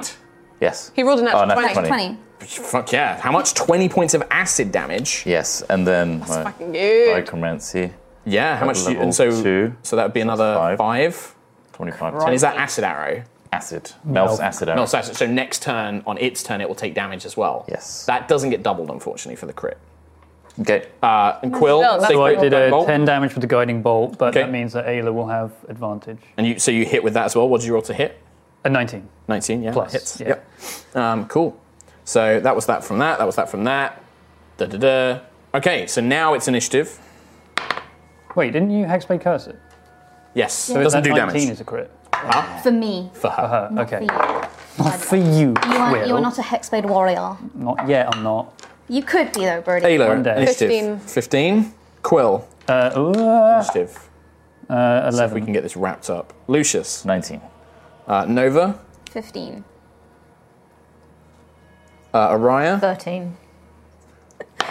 Speaker 7: Yes.
Speaker 8: He rolled an
Speaker 7: Oh,
Speaker 8: natural
Speaker 7: natural
Speaker 8: 20.
Speaker 7: 20.
Speaker 2: Fuck yeah. How much? 20 points of acid damage.
Speaker 7: Yes, and then my
Speaker 8: Fucking good.
Speaker 7: pyromancy.
Speaker 2: Yeah, how
Speaker 7: at
Speaker 2: much do you-
Speaker 7: level
Speaker 2: and so-
Speaker 7: two.
Speaker 2: So that would be another five.
Speaker 7: 25.
Speaker 2: And is that acid arrow?
Speaker 7: acid? Melts acid arrow.
Speaker 2: Melts acid. So next turn, on its turn, it will take damage as well. Yes. That doesn't get doubled, unfortunately, for the crit.
Speaker 7: Okay.
Speaker 2: Uh, and Quill, sacred
Speaker 6: so I did a
Speaker 2: bolt.
Speaker 6: 10 damage with the guiding bolt, but
Speaker 2: Okay.
Speaker 6: that means that Ayla will have advantage.
Speaker 2: And you, so you hit with that as well. What did you roll to hit?
Speaker 6: A 19.
Speaker 2: 19, yeah.
Speaker 6: Plus,
Speaker 2: Hits.
Speaker 6: yeah.
Speaker 2: Yep. Um, cool. So that was that from that. That was that from that. Da da da. Okay, so now it's initiative.
Speaker 6: Wait, didn't you hexblade curse it?
Speaker 2: Yes.
Speaker 6: So
Speaker 2: it
Speaker 6: it's
Speaker 2: doesn't
Speaker 6: that
Speaker 2: do
Speaker 6: 19
Speaker 2: damage.
Speaker 6: is a crit.
Speaker 5: For me.
Speaker 2: For her.
Speaker 6: For her. Okay.
Speaker 5: Not
Speaker 6: for you.
Speaker 5: You are, you
Speaker 6: Will.
Speaker 5: are not a hexblade warrior.
Speaker 6: Not yet, I'm not.
Speaker 5: You could be though, Birdie.
Speaker 2: Ayla, initiative. 15. Quill.
Speaker 6: Uh,
Speaker 2: initiative.
Speaker 6: Uh, 11.
Speaker 2: See if we can get this wrapped up. Lucius. 19. Uh, Nova.
Speaker 5: Fifteen.
Speaker 2: Uh, Araya.
Speaker 10: Thirteen.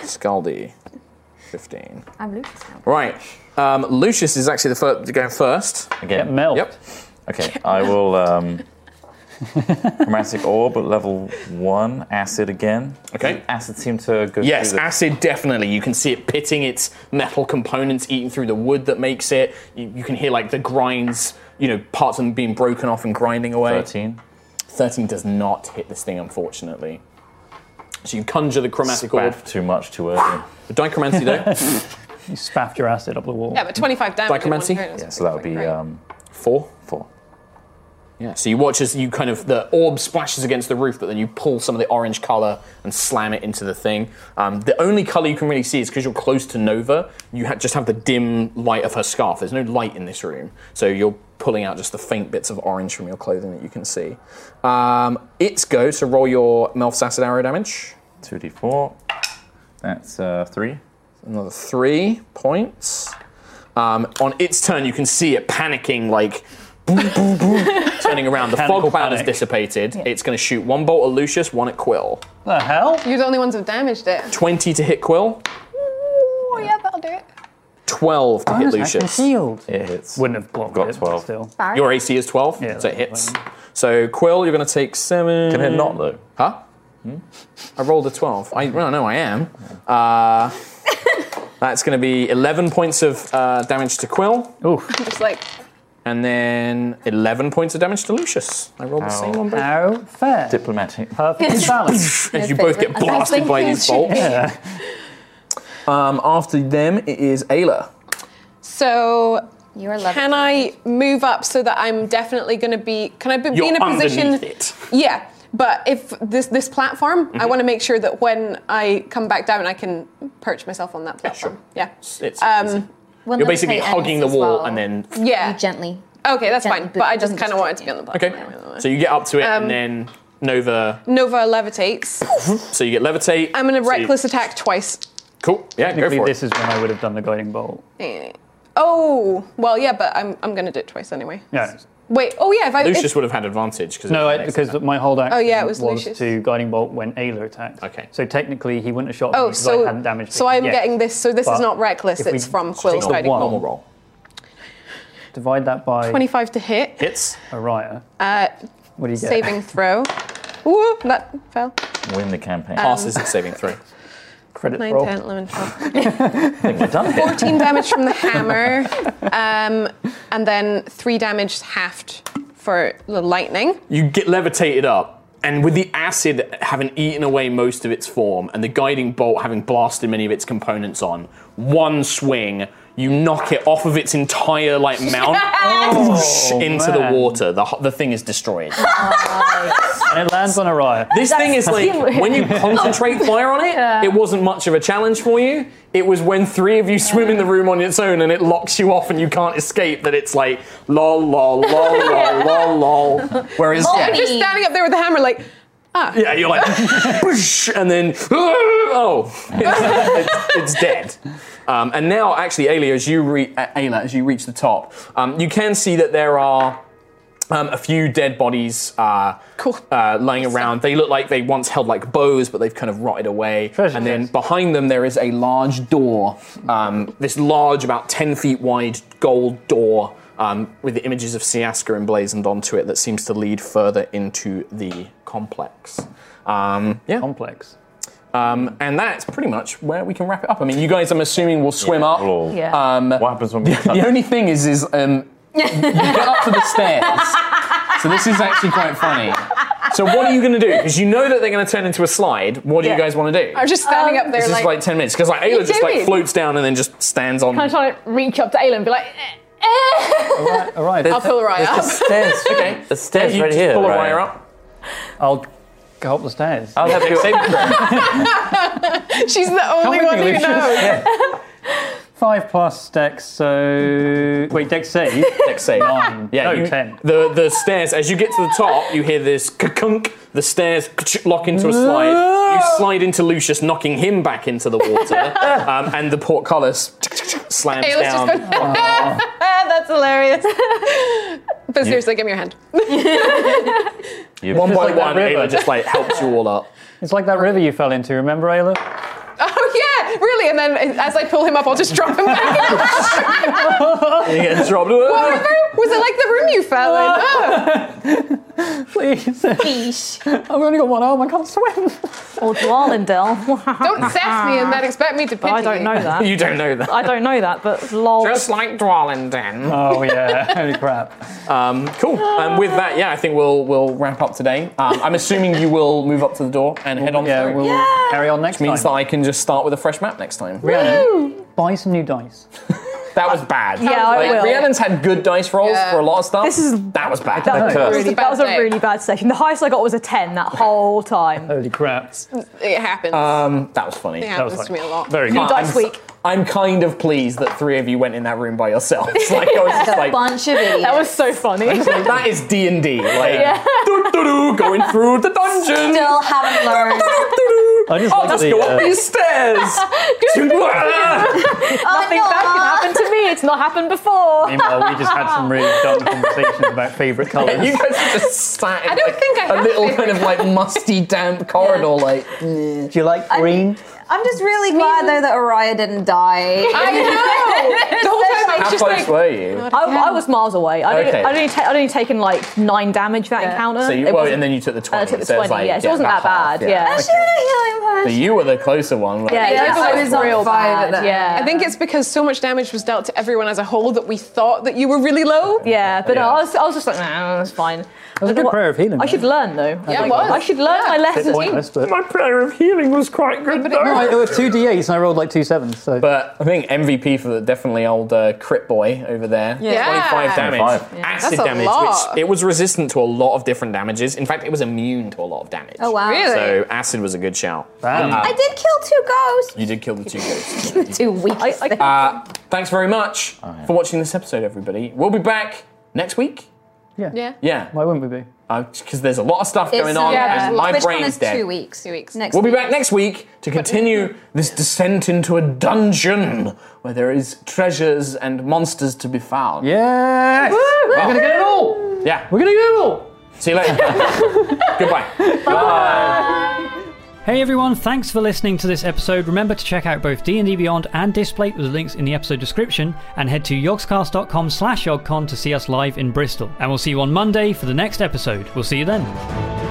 Speaker 2: Scaldi. 15.
Speaker 5: I'm Lucius now.
Speaker 2: Right. Um,
Speaker 6: Oh.
Speaker 2: Lucius is actually the first going first.
Speaker 7: Again. Get
Speaker 2: Mel. Yep.
Speaker 7: Okay, I will. Um, Chromatic orb at level one. Acid again.
Speaker 2: Okay.
Speaker 7: Acid seemed to go.
Speaker 2: Yes,
Speaker 7: through the-
Speaker 2: acid definitely. You can see it pitting its metal components, eating through the wood that makes it. You, you can hear like the grinds, you know, parts of them being broken off and grinding away.
Speaker 7: 13.
Speaker 2: 13 does not hit this thing, unfortunately. So you conjure the chromatic
Speaker 7: Spat
Speaker 2: orb.
Speaker 7: too much too early.
Speaker 2: The dichromancy, though.
Speaker 6: You spaffed your acid up the wall.
Speaker 8: Yeah, but 25 damage. in one
Speaker 2: Dichromancy?
Speaker 8: turn is
Speaker 7: Yeah, so that would be
Speaker 2: uh,
Speaker 7: um,
Speaker 2: four.
Speaker 7: Four.
Speaker 2: Yeah. So you watch as you kind of the orb splashes against the roof, but then you pull some of the orange color and slam it into the thing. Um, the only color you can really see is because you're close to Nova. You ha- just have the dim light of her scarf. There's no light in this room, so you're pulling out just the faint bits of orange from your clothing that you can see. Um, it's go. So roll your Melf's acid arrow damage.
Speaker 7: 2d4. That's uh, three.
Speaker 2: Another three points. Um, on its turn, you can see it panicking, like boom, boom, boom, turning around. The
Speaker 6: Mechanical
Speaker 2: fog cloud has
Speaker 6: panic.
Speaker 2: dissipated. It's going to shoot one bolt at Lucius, one at Quill.
Speaker 6: The hell?
Speaker 8: You're the only ones who've damaged it.
Speaker 2: 20 to hit Quill,
Speaker 8: Oh, yeah, that'll do it.
Speaker 2: 12 to hit
Speaker 6: Bonus action
Speaker 2: Lucius.
Speaker 6: shield.
Speaker 7: It hits.
Speaker 6: Wouldn't have blocked
Speaker 7: Got
Speaker 6: it,
Speaker 7: 12.
Speaker 6: but still.
Speaker 2: Your AC is 12,
Speaker 6: Yeah,
Speaker 2: so
Speaker 6: that's
Speaker 2: it hits. So Quill, you're going to take seven.
Speaker 7: Can it not though?
Speaker 2: Huh? I rolled a 12. I well, no, I am. Uh, that's going to be 11 points of uh, damage to Quill,
Speaker 6: Oof.
Speaker 8: Just like,
Speaker 2: and then 11 points of damage to Lucius. I rolled the same
Speaker 6: Oh,
Speaker 7: Ow.
Speaker 2: one. both.
Speaker 6: How fair.
Speaker 7: Diplomatic.
Speaker 6: Perfect Uh, balance.
Speaker 2: As you both get blasted by these bolts.
Speaker 6: Yeah.
Speaker 2: Um, after them, it is Ayla.
Speaker 8: so
Speaker 5: You're
Speaker 8: can I move up so that I'm definitely going to be? Can I be, be
Speaker 2: You're
Speaker 8: in a position?
Speaker 2: underneath it. Mm-hmm.
Speaker 8: Yeah, but if this this platform, I want to make sure that when I come back down, I can perch myself on that platform. Yeah.
Speaker 2: It's- it's easy.
Speaker 8: Um,
Speaker 5: Well,
Speaker 2: You're
Speaker 5: let's
Speaker 2: basically
Speaker 5: say
Speaker 2: hugging
Speaker 5: ends
Speaker 2: the
Speaker 5: as
Speaker 2: wall
Speaker 5: well.
Speaker 2: and then.
Speaker 8: yeah.
Speaker 5: You gently.
Speaker 8: okay, that's
Speaker 5: gently
Speaker 8: fine.
Speaker 5: boost-
Speaker 8: But I
Speaker 5: doesn't
Speaker 8: just kind of
Speaker 5: just
Speaker 8: wanted
Speaker 5: kick
Speaker 8: to be on the
Speaker 2: Okay.
Speaker 8: platform.
Speaker 2: So you get up to it
Speaker 8: Um,
Speaker 2: and then Nova.
Speaker 8: Nova levitates.
Speaker 2: So you get levitate.
Speaker 8: I'm going
Speaker 2: so
Speaker 8: to
Speaker 2: you-
Speaker 8: reckless attack twice.
Speaker 2: Cool. Yeah, go
Speaker 6: Technically,
Speaker 2: for
Speaker 6: this
Speaker 2: it.
Speaker 6: is when I would have done the guiding bolt.
Speaker 8: Eh. Oh well, yeah, but I'm I'm going to do it twice anyway.
Speaker 6: Yeah.
Speaker 8: Wait. Oh yeah, if I
Speaker 2: Lucius
Speaker 8: if-
Speaker 2: would have had advantage because
Speaker 6: No, I, because my hold action
Speaker 8: Oh, yeah, it was
Speaker 6: was
Speaker 8: Lucius.
Speaker 6: to guiding bolt when Ayla attacked.
Speaker 2: Okay.
Speaker 6: So technically, he wouldn't have shot me
Speaker 8: Oh,
Speaker 6: because
Speaker 8: so
Speaker 6: I hadn't damaged
Speaker 8: so
Speaker 6: it
Speaker 8: I'm
Speaker 6: yet.
Speaker 8: getting this. So this
Speaker 6: But
Speaker 8: is not reckless.
Speaker 6: if we
Speaker 8: It's from
Speaker 6: just
Speaker 8: Quill's
Speaker 6: take the
Speaker 8: guiding
Speaker 6: one,
Speaker 8: bolt.
Speaker 2: normal roll
Speaker 6: Divide that by
Speaker 8: 25 to hit.
Speaker 2: hits.
Speaker 6: Araya.
Speaker 8: Uh,
Speaker 6: What do you get?
Speaker 8: saving throw. Whoop, that fell.
Speaker 7: Win the
Speaker 8: Um,
Speaker 7: campaign.
Speaker 2: Passes at saving throw.
Speaker 6: Credit
Speaker 8: 9,
Speaker 6: roll.
Speaker 8: 10, 11, 12.
Speaker 7: We're done here.
Speaker 8: 14 damage from the hammer. Um, and then 3 damage halved for the lightning.
Speaker 2: You get levitated up, and with the acid having eaten away most of its form, and the guiding bolt having blasted many of its components on, one swing, you knock it off of its entire like mount whoosh, into
Speaker 6: man.
Speaker 2: the water. The, ho- the thing is destroyed.
Speaker 6: And it lands on Araya.
Speaker 2: This thing is like when you concentrate fire on it, it wasn't much of a challenge for you. It was when three of you swim in the room on its own and it locks you off and you can't escape that it's like lol lol lol lol lol lol. Whereas
Speaker 8: I'm just standing up there with the hammer, like,
Speaker 2: yeah, you're like whoosh, and then oh, it's, it's, it's dead. Um, and now, actually, Ayla, as you re- uh, Ayla, as you reach the top, um, you can see that there are. Um, a few dead bodies uh,
Speaker 8: Cool.
Speaker 2: uh, lying around. They look like they once held like bows, but they've kind of rotted away.
Speaker 6: Treasure
Speaker 2: and then
Speaker 6: chest.
Speaker 2: behind them, there is a large door. Um, this large, about 10 feet wide, gold door um, with the images of Siaska emblazoned onto it that seems to lead further into the complex. Um, yeah.
Speaker 6: Complex.
Speaker 2: Um, and that's pretty much where we can wrap it up. I mean, you guys, I'm assuming, will swim up.
Speaker 7: Lol.
Speaker 10: Yeah.
Speaker 2: Um,
Speaker 7: What happens when we touch?
Speaker 2: the only thing is, is um, you get up to the stairs. So this is actually quite funny. So what are you going to do? Because you know that they're going to turn into a slide. What do you
Speaker 10: Yeah.
Speaker 2: guys want to do?
Speaker 8: I'm just standing up there,
Speaker 2: this
Speaker 8: like,
Speaker 2: is like ten minutes because like Ayla just like
Speaker 10: doing?
Speaker 2: floats down and then just stands on.
Speaker 10: Kind of trying to reach up to Ayla and be like, eh, eh.
Speaker 6: Alright, Araya.
Speaker 8: I'll pull right up.
Speaker 7: Stairs.
Speaker 2: Okay.
Speaker 7: The stairs
Speaker 2: you
Speaker 7: right
Speaker 2: just
Speaker 7: here.
Speaker 2: Pull a
Speaker 7: right?
Speaker 2: wire up.
Speaker 6: I'll go up the stairs.
Speaker 7: I'll help you.
Speaker 2: Save the throw.
Speaker 8: She's the only
Speaker 6: Help me,
Speaker 8: one who
Speaker 6: Lucius.
Speaker 8: knows.
Speaker 6: Yeah. Five plus dex, so. Wait, dex save?
Speaker 2: Dex save.
Speaker 6: Nine.
Speaker 2: Yeah,
Speaker 6: No,
Speaker 2: you-
Speaker 6: ten.
Speaker 2: The the stairs. As you get to the top, you hear this kunk. The stairs ka-chunk, lock into a slide. You slide into Lucius, knocking him back into the water, um, and the portcullis slams
Speaker 8: Hey, let's just
Speaker 2: down.
Speaker 8: go. That's hilarious. But seriously, give me your hand.
Speaker 7: You-
Speaker 2: One by
Speaker 6: like that
Speaker 2: one,
Speaker 6: river.
Speaker 2: Ayla just like helps you all up.
Speaker 6: It's like that river you fell into, remember, Ayla?
Speaker 8: Oh yeah, really. And then as I pull him up, I'll just drop him back. in.
Speaker 2: You get dropped.
Speaker 8: What river? Was it like the room you fell in? Oh.
Speaker 6: Please. Please. I've only got one arm, I can't swim.
Speaker 10: Or Dwarlendale.
Speaker 8: Don't sass me and then expect me to pity
Speaker 10: But I don't
Speaker 8: you.
Speaker 10: know that.
Speaker 2: You don't know that.
Speaker 10: I don't know that, but lol.
Speaker 2: Just like Dwarlenden.
Speaker 6: Oh yeah, holy crap.
Speaker 2: Um, Uh, cool. And with that, yeah, I think we'll we'll wrap up today. Um, I'm assuming you will move up to the door and head on
Speaker 6: yeah,
Speaker 2: through.
Speaker 6: we'll Yeah. carry on next
Speaker 2: Which means
Speaker 6: time.
Speaker 2: that I can just start with a fresh map next time.
Speaker 6: Rhiannon, buy some new dice.
Speaker 2: That was bad.
Speaker 10: Yeah, I
Speaker 2: like,
Speaker 10: will.
Speaker 2: Rhiannon's had good dice rolls
Speaker 10: Yeah.
Speaker 2: for a lot of stuff.
Speaker 10: This is-
Speaker 2: that was bad.
Speaker 10: That was,
Speaker 2: Curse.
Speaker 10: really, that was a really bad session. The highest I got was a 10 that whole time.
Speaker 6: Holy crap.
Speaker 8: It happens.
Speaker 2: Um, that was funny.
Speaker 8: It That was happens to funny. me a lot.
Speaker 2: Very
Speaker 8: New
Speaker 2: good.
Speaker 8: dice
Speaker 2: I'm,
Speaker 8: week.
Speaker 2: I'm kind of pleased that three of you went in that room by yourselves. Like I was
Speaker 5: Like
Speaker 2: just like,
Speaker 5: bunch of idiots.
Speaker 10: That was so funny.
Speaker 2: I just like, that is D and D. Like
Speaker 5: Yeah.
Speaker 2: doo, doo, doo, going through the dungeon.
Speaker 5: Still haven't learned.
Speaker 6: I just
Speaker 2: oh,
Speaker 6: like
Speaker 2: let's
Speaker 6: the,
Speaker 2: go up
Speaker 6: uh,
Speaker 2: these stairs. ah.
Speaker 10: Nothing bad can happen to me. It's not happened before.
Speaker 6: Meanwhile, we just had some really dumb conversations about favourite colours.
Speaker 2: you guys are just sat in
Speaker 8: I don't
Speaker 2: like,
Speaker 8: think I
Speaker 2: a
Speaker 8: have
Speaker 2: little
Speaker 8: favorite
Speaker 2: kind of like musty, damp corridor. Like,
Speaker 6: Do you like green?
Speaker 5: I'm just really glad though that Araya didn't die.
Speaker 8: I know. The whole time I was
Speaker 2: How
Speaker 8: just
Speaker 2: close
Speaker 8: like,
Speaker 2: were you?
Speaker 10: I, I was miles away. I'd,
Speaker 2: Okay.
Speaker 10: only, I'd, only ta- I'd only taken like nine damage that encounter.
Speaker 2: So you,
Speaker 10: It
Speaker 2: well,
Speaker 10: wasn't-
Speaker 2: and then you took the
Speaker 10: I
Speaker 2: twenty.
Speaker 10: took the
Speaker 2: so it was
Speaker 10: 20,
Speaker 2: like,
Speaker 10: yeah, so it wasn't
Speaker 2: about
Speaker 10: that
Speaker 2: half,
Speaker 10: bad, yeah.
Speaker 2: okay.
Speaker 5: Actually, I
Speaker 2: So you were the closer one. like-
Speaker 10: Yeah, yeah,
Speaker 5: I
Speaker 10: I
Speaker 5: was
Speaker 10: was
Speaker 5: on
Speaker 10: real
Speaker 5: five at
Speaker 10: bad.
Speaker 5: that.
Speaker 10: Yeah.
Speaker 8: I think it's because so much damage was dealt to everyone as a whole that we thought that you were really low.
Speaker 10: Yeah, but
Speaker 6: Yeah.
Speaker 10: No, I, was, I was just like, nah, it's fine. That
Speaker 6: was a good prayer of healing,
Speaker 10: I
Speaker 6: though.
Speaker 10: should learn though.
Speaker 8: Yeah, it
Speaker 10: Like,
Speaker 8: was.
Speaker 10: I should learn my
Speaker 6: Bit
Speaker 10: lessons.
Speaker 6: pointless, but.
Speaker 2: My prayer of healing was quite good,
Speaker 8: it-
Speaker 6: No, I- it was two d8s and I rolled like two sevens. So
Speaker 2: But I think MVP for the definitely old uh, crit boy over there.
Speaker 8: Yeah.
Speaker 2: 25 damage.
Speaker 7: 25. Yeah.
Speaker 2: Acid
Speaker 8: That's a
Speaker 2: damage,
Speaker 8: lot.
Speaker 2: which it was resistant to a lot of different damages. In fact, it was immune to a lot of damage.
Speaker 5: Oh wow.
Speaker 8: Really?
Speaker 2: So acid was a good shout.
Speaker 6: Bam.
Speaker 5: I did kill two ghosts.
Speaker 2: Uh, You did kill the two ghosts.
Speaker 5: Two weeks.
Speaker 10: I-
Speaker 2: Uh, thanks very much for watching this episode, everybody. We'll be back next week.
Speaker 6: yeah.
Speaker 8: Yeah.
Speaker 2: Yeah,
Speaker 6: Why wouldn't we be?
Speaker 2: because there's a lot of stuff Uh, going on,
Speaker 8: yeah,
Speaker 2: and
Speaker 8: there's a lot.
Speaker 2: my
Speaker 5: Which one
Speaker 2: brain's
Speaker 5: is
Speaker 2: dead.
Speaker 5: Two weeks. Two weeks. Next.
Speaker 2: We'll be
Speaker 5: week.
Speaker 2: back next week to continue this descent into a dungeon where there is treasures and monsters to be found.
Speaker 6: Yes! We're
Speaker 2: Wow.
Speaker 6: gonna get it all!
Speaker 2: Yeah.
Speaker 6: We're gonna get it all!
Speaker 2: See you later. Goodbye.
Speaker 1: Hey everyone, thanks for listening to this episode. Remember to check out both D&D Beyond and Displate with links in the episode description and head to yogscast.com slash yogcon to see us live in Bristol. And we'll see you on Monday for the next episode. We'll see you then.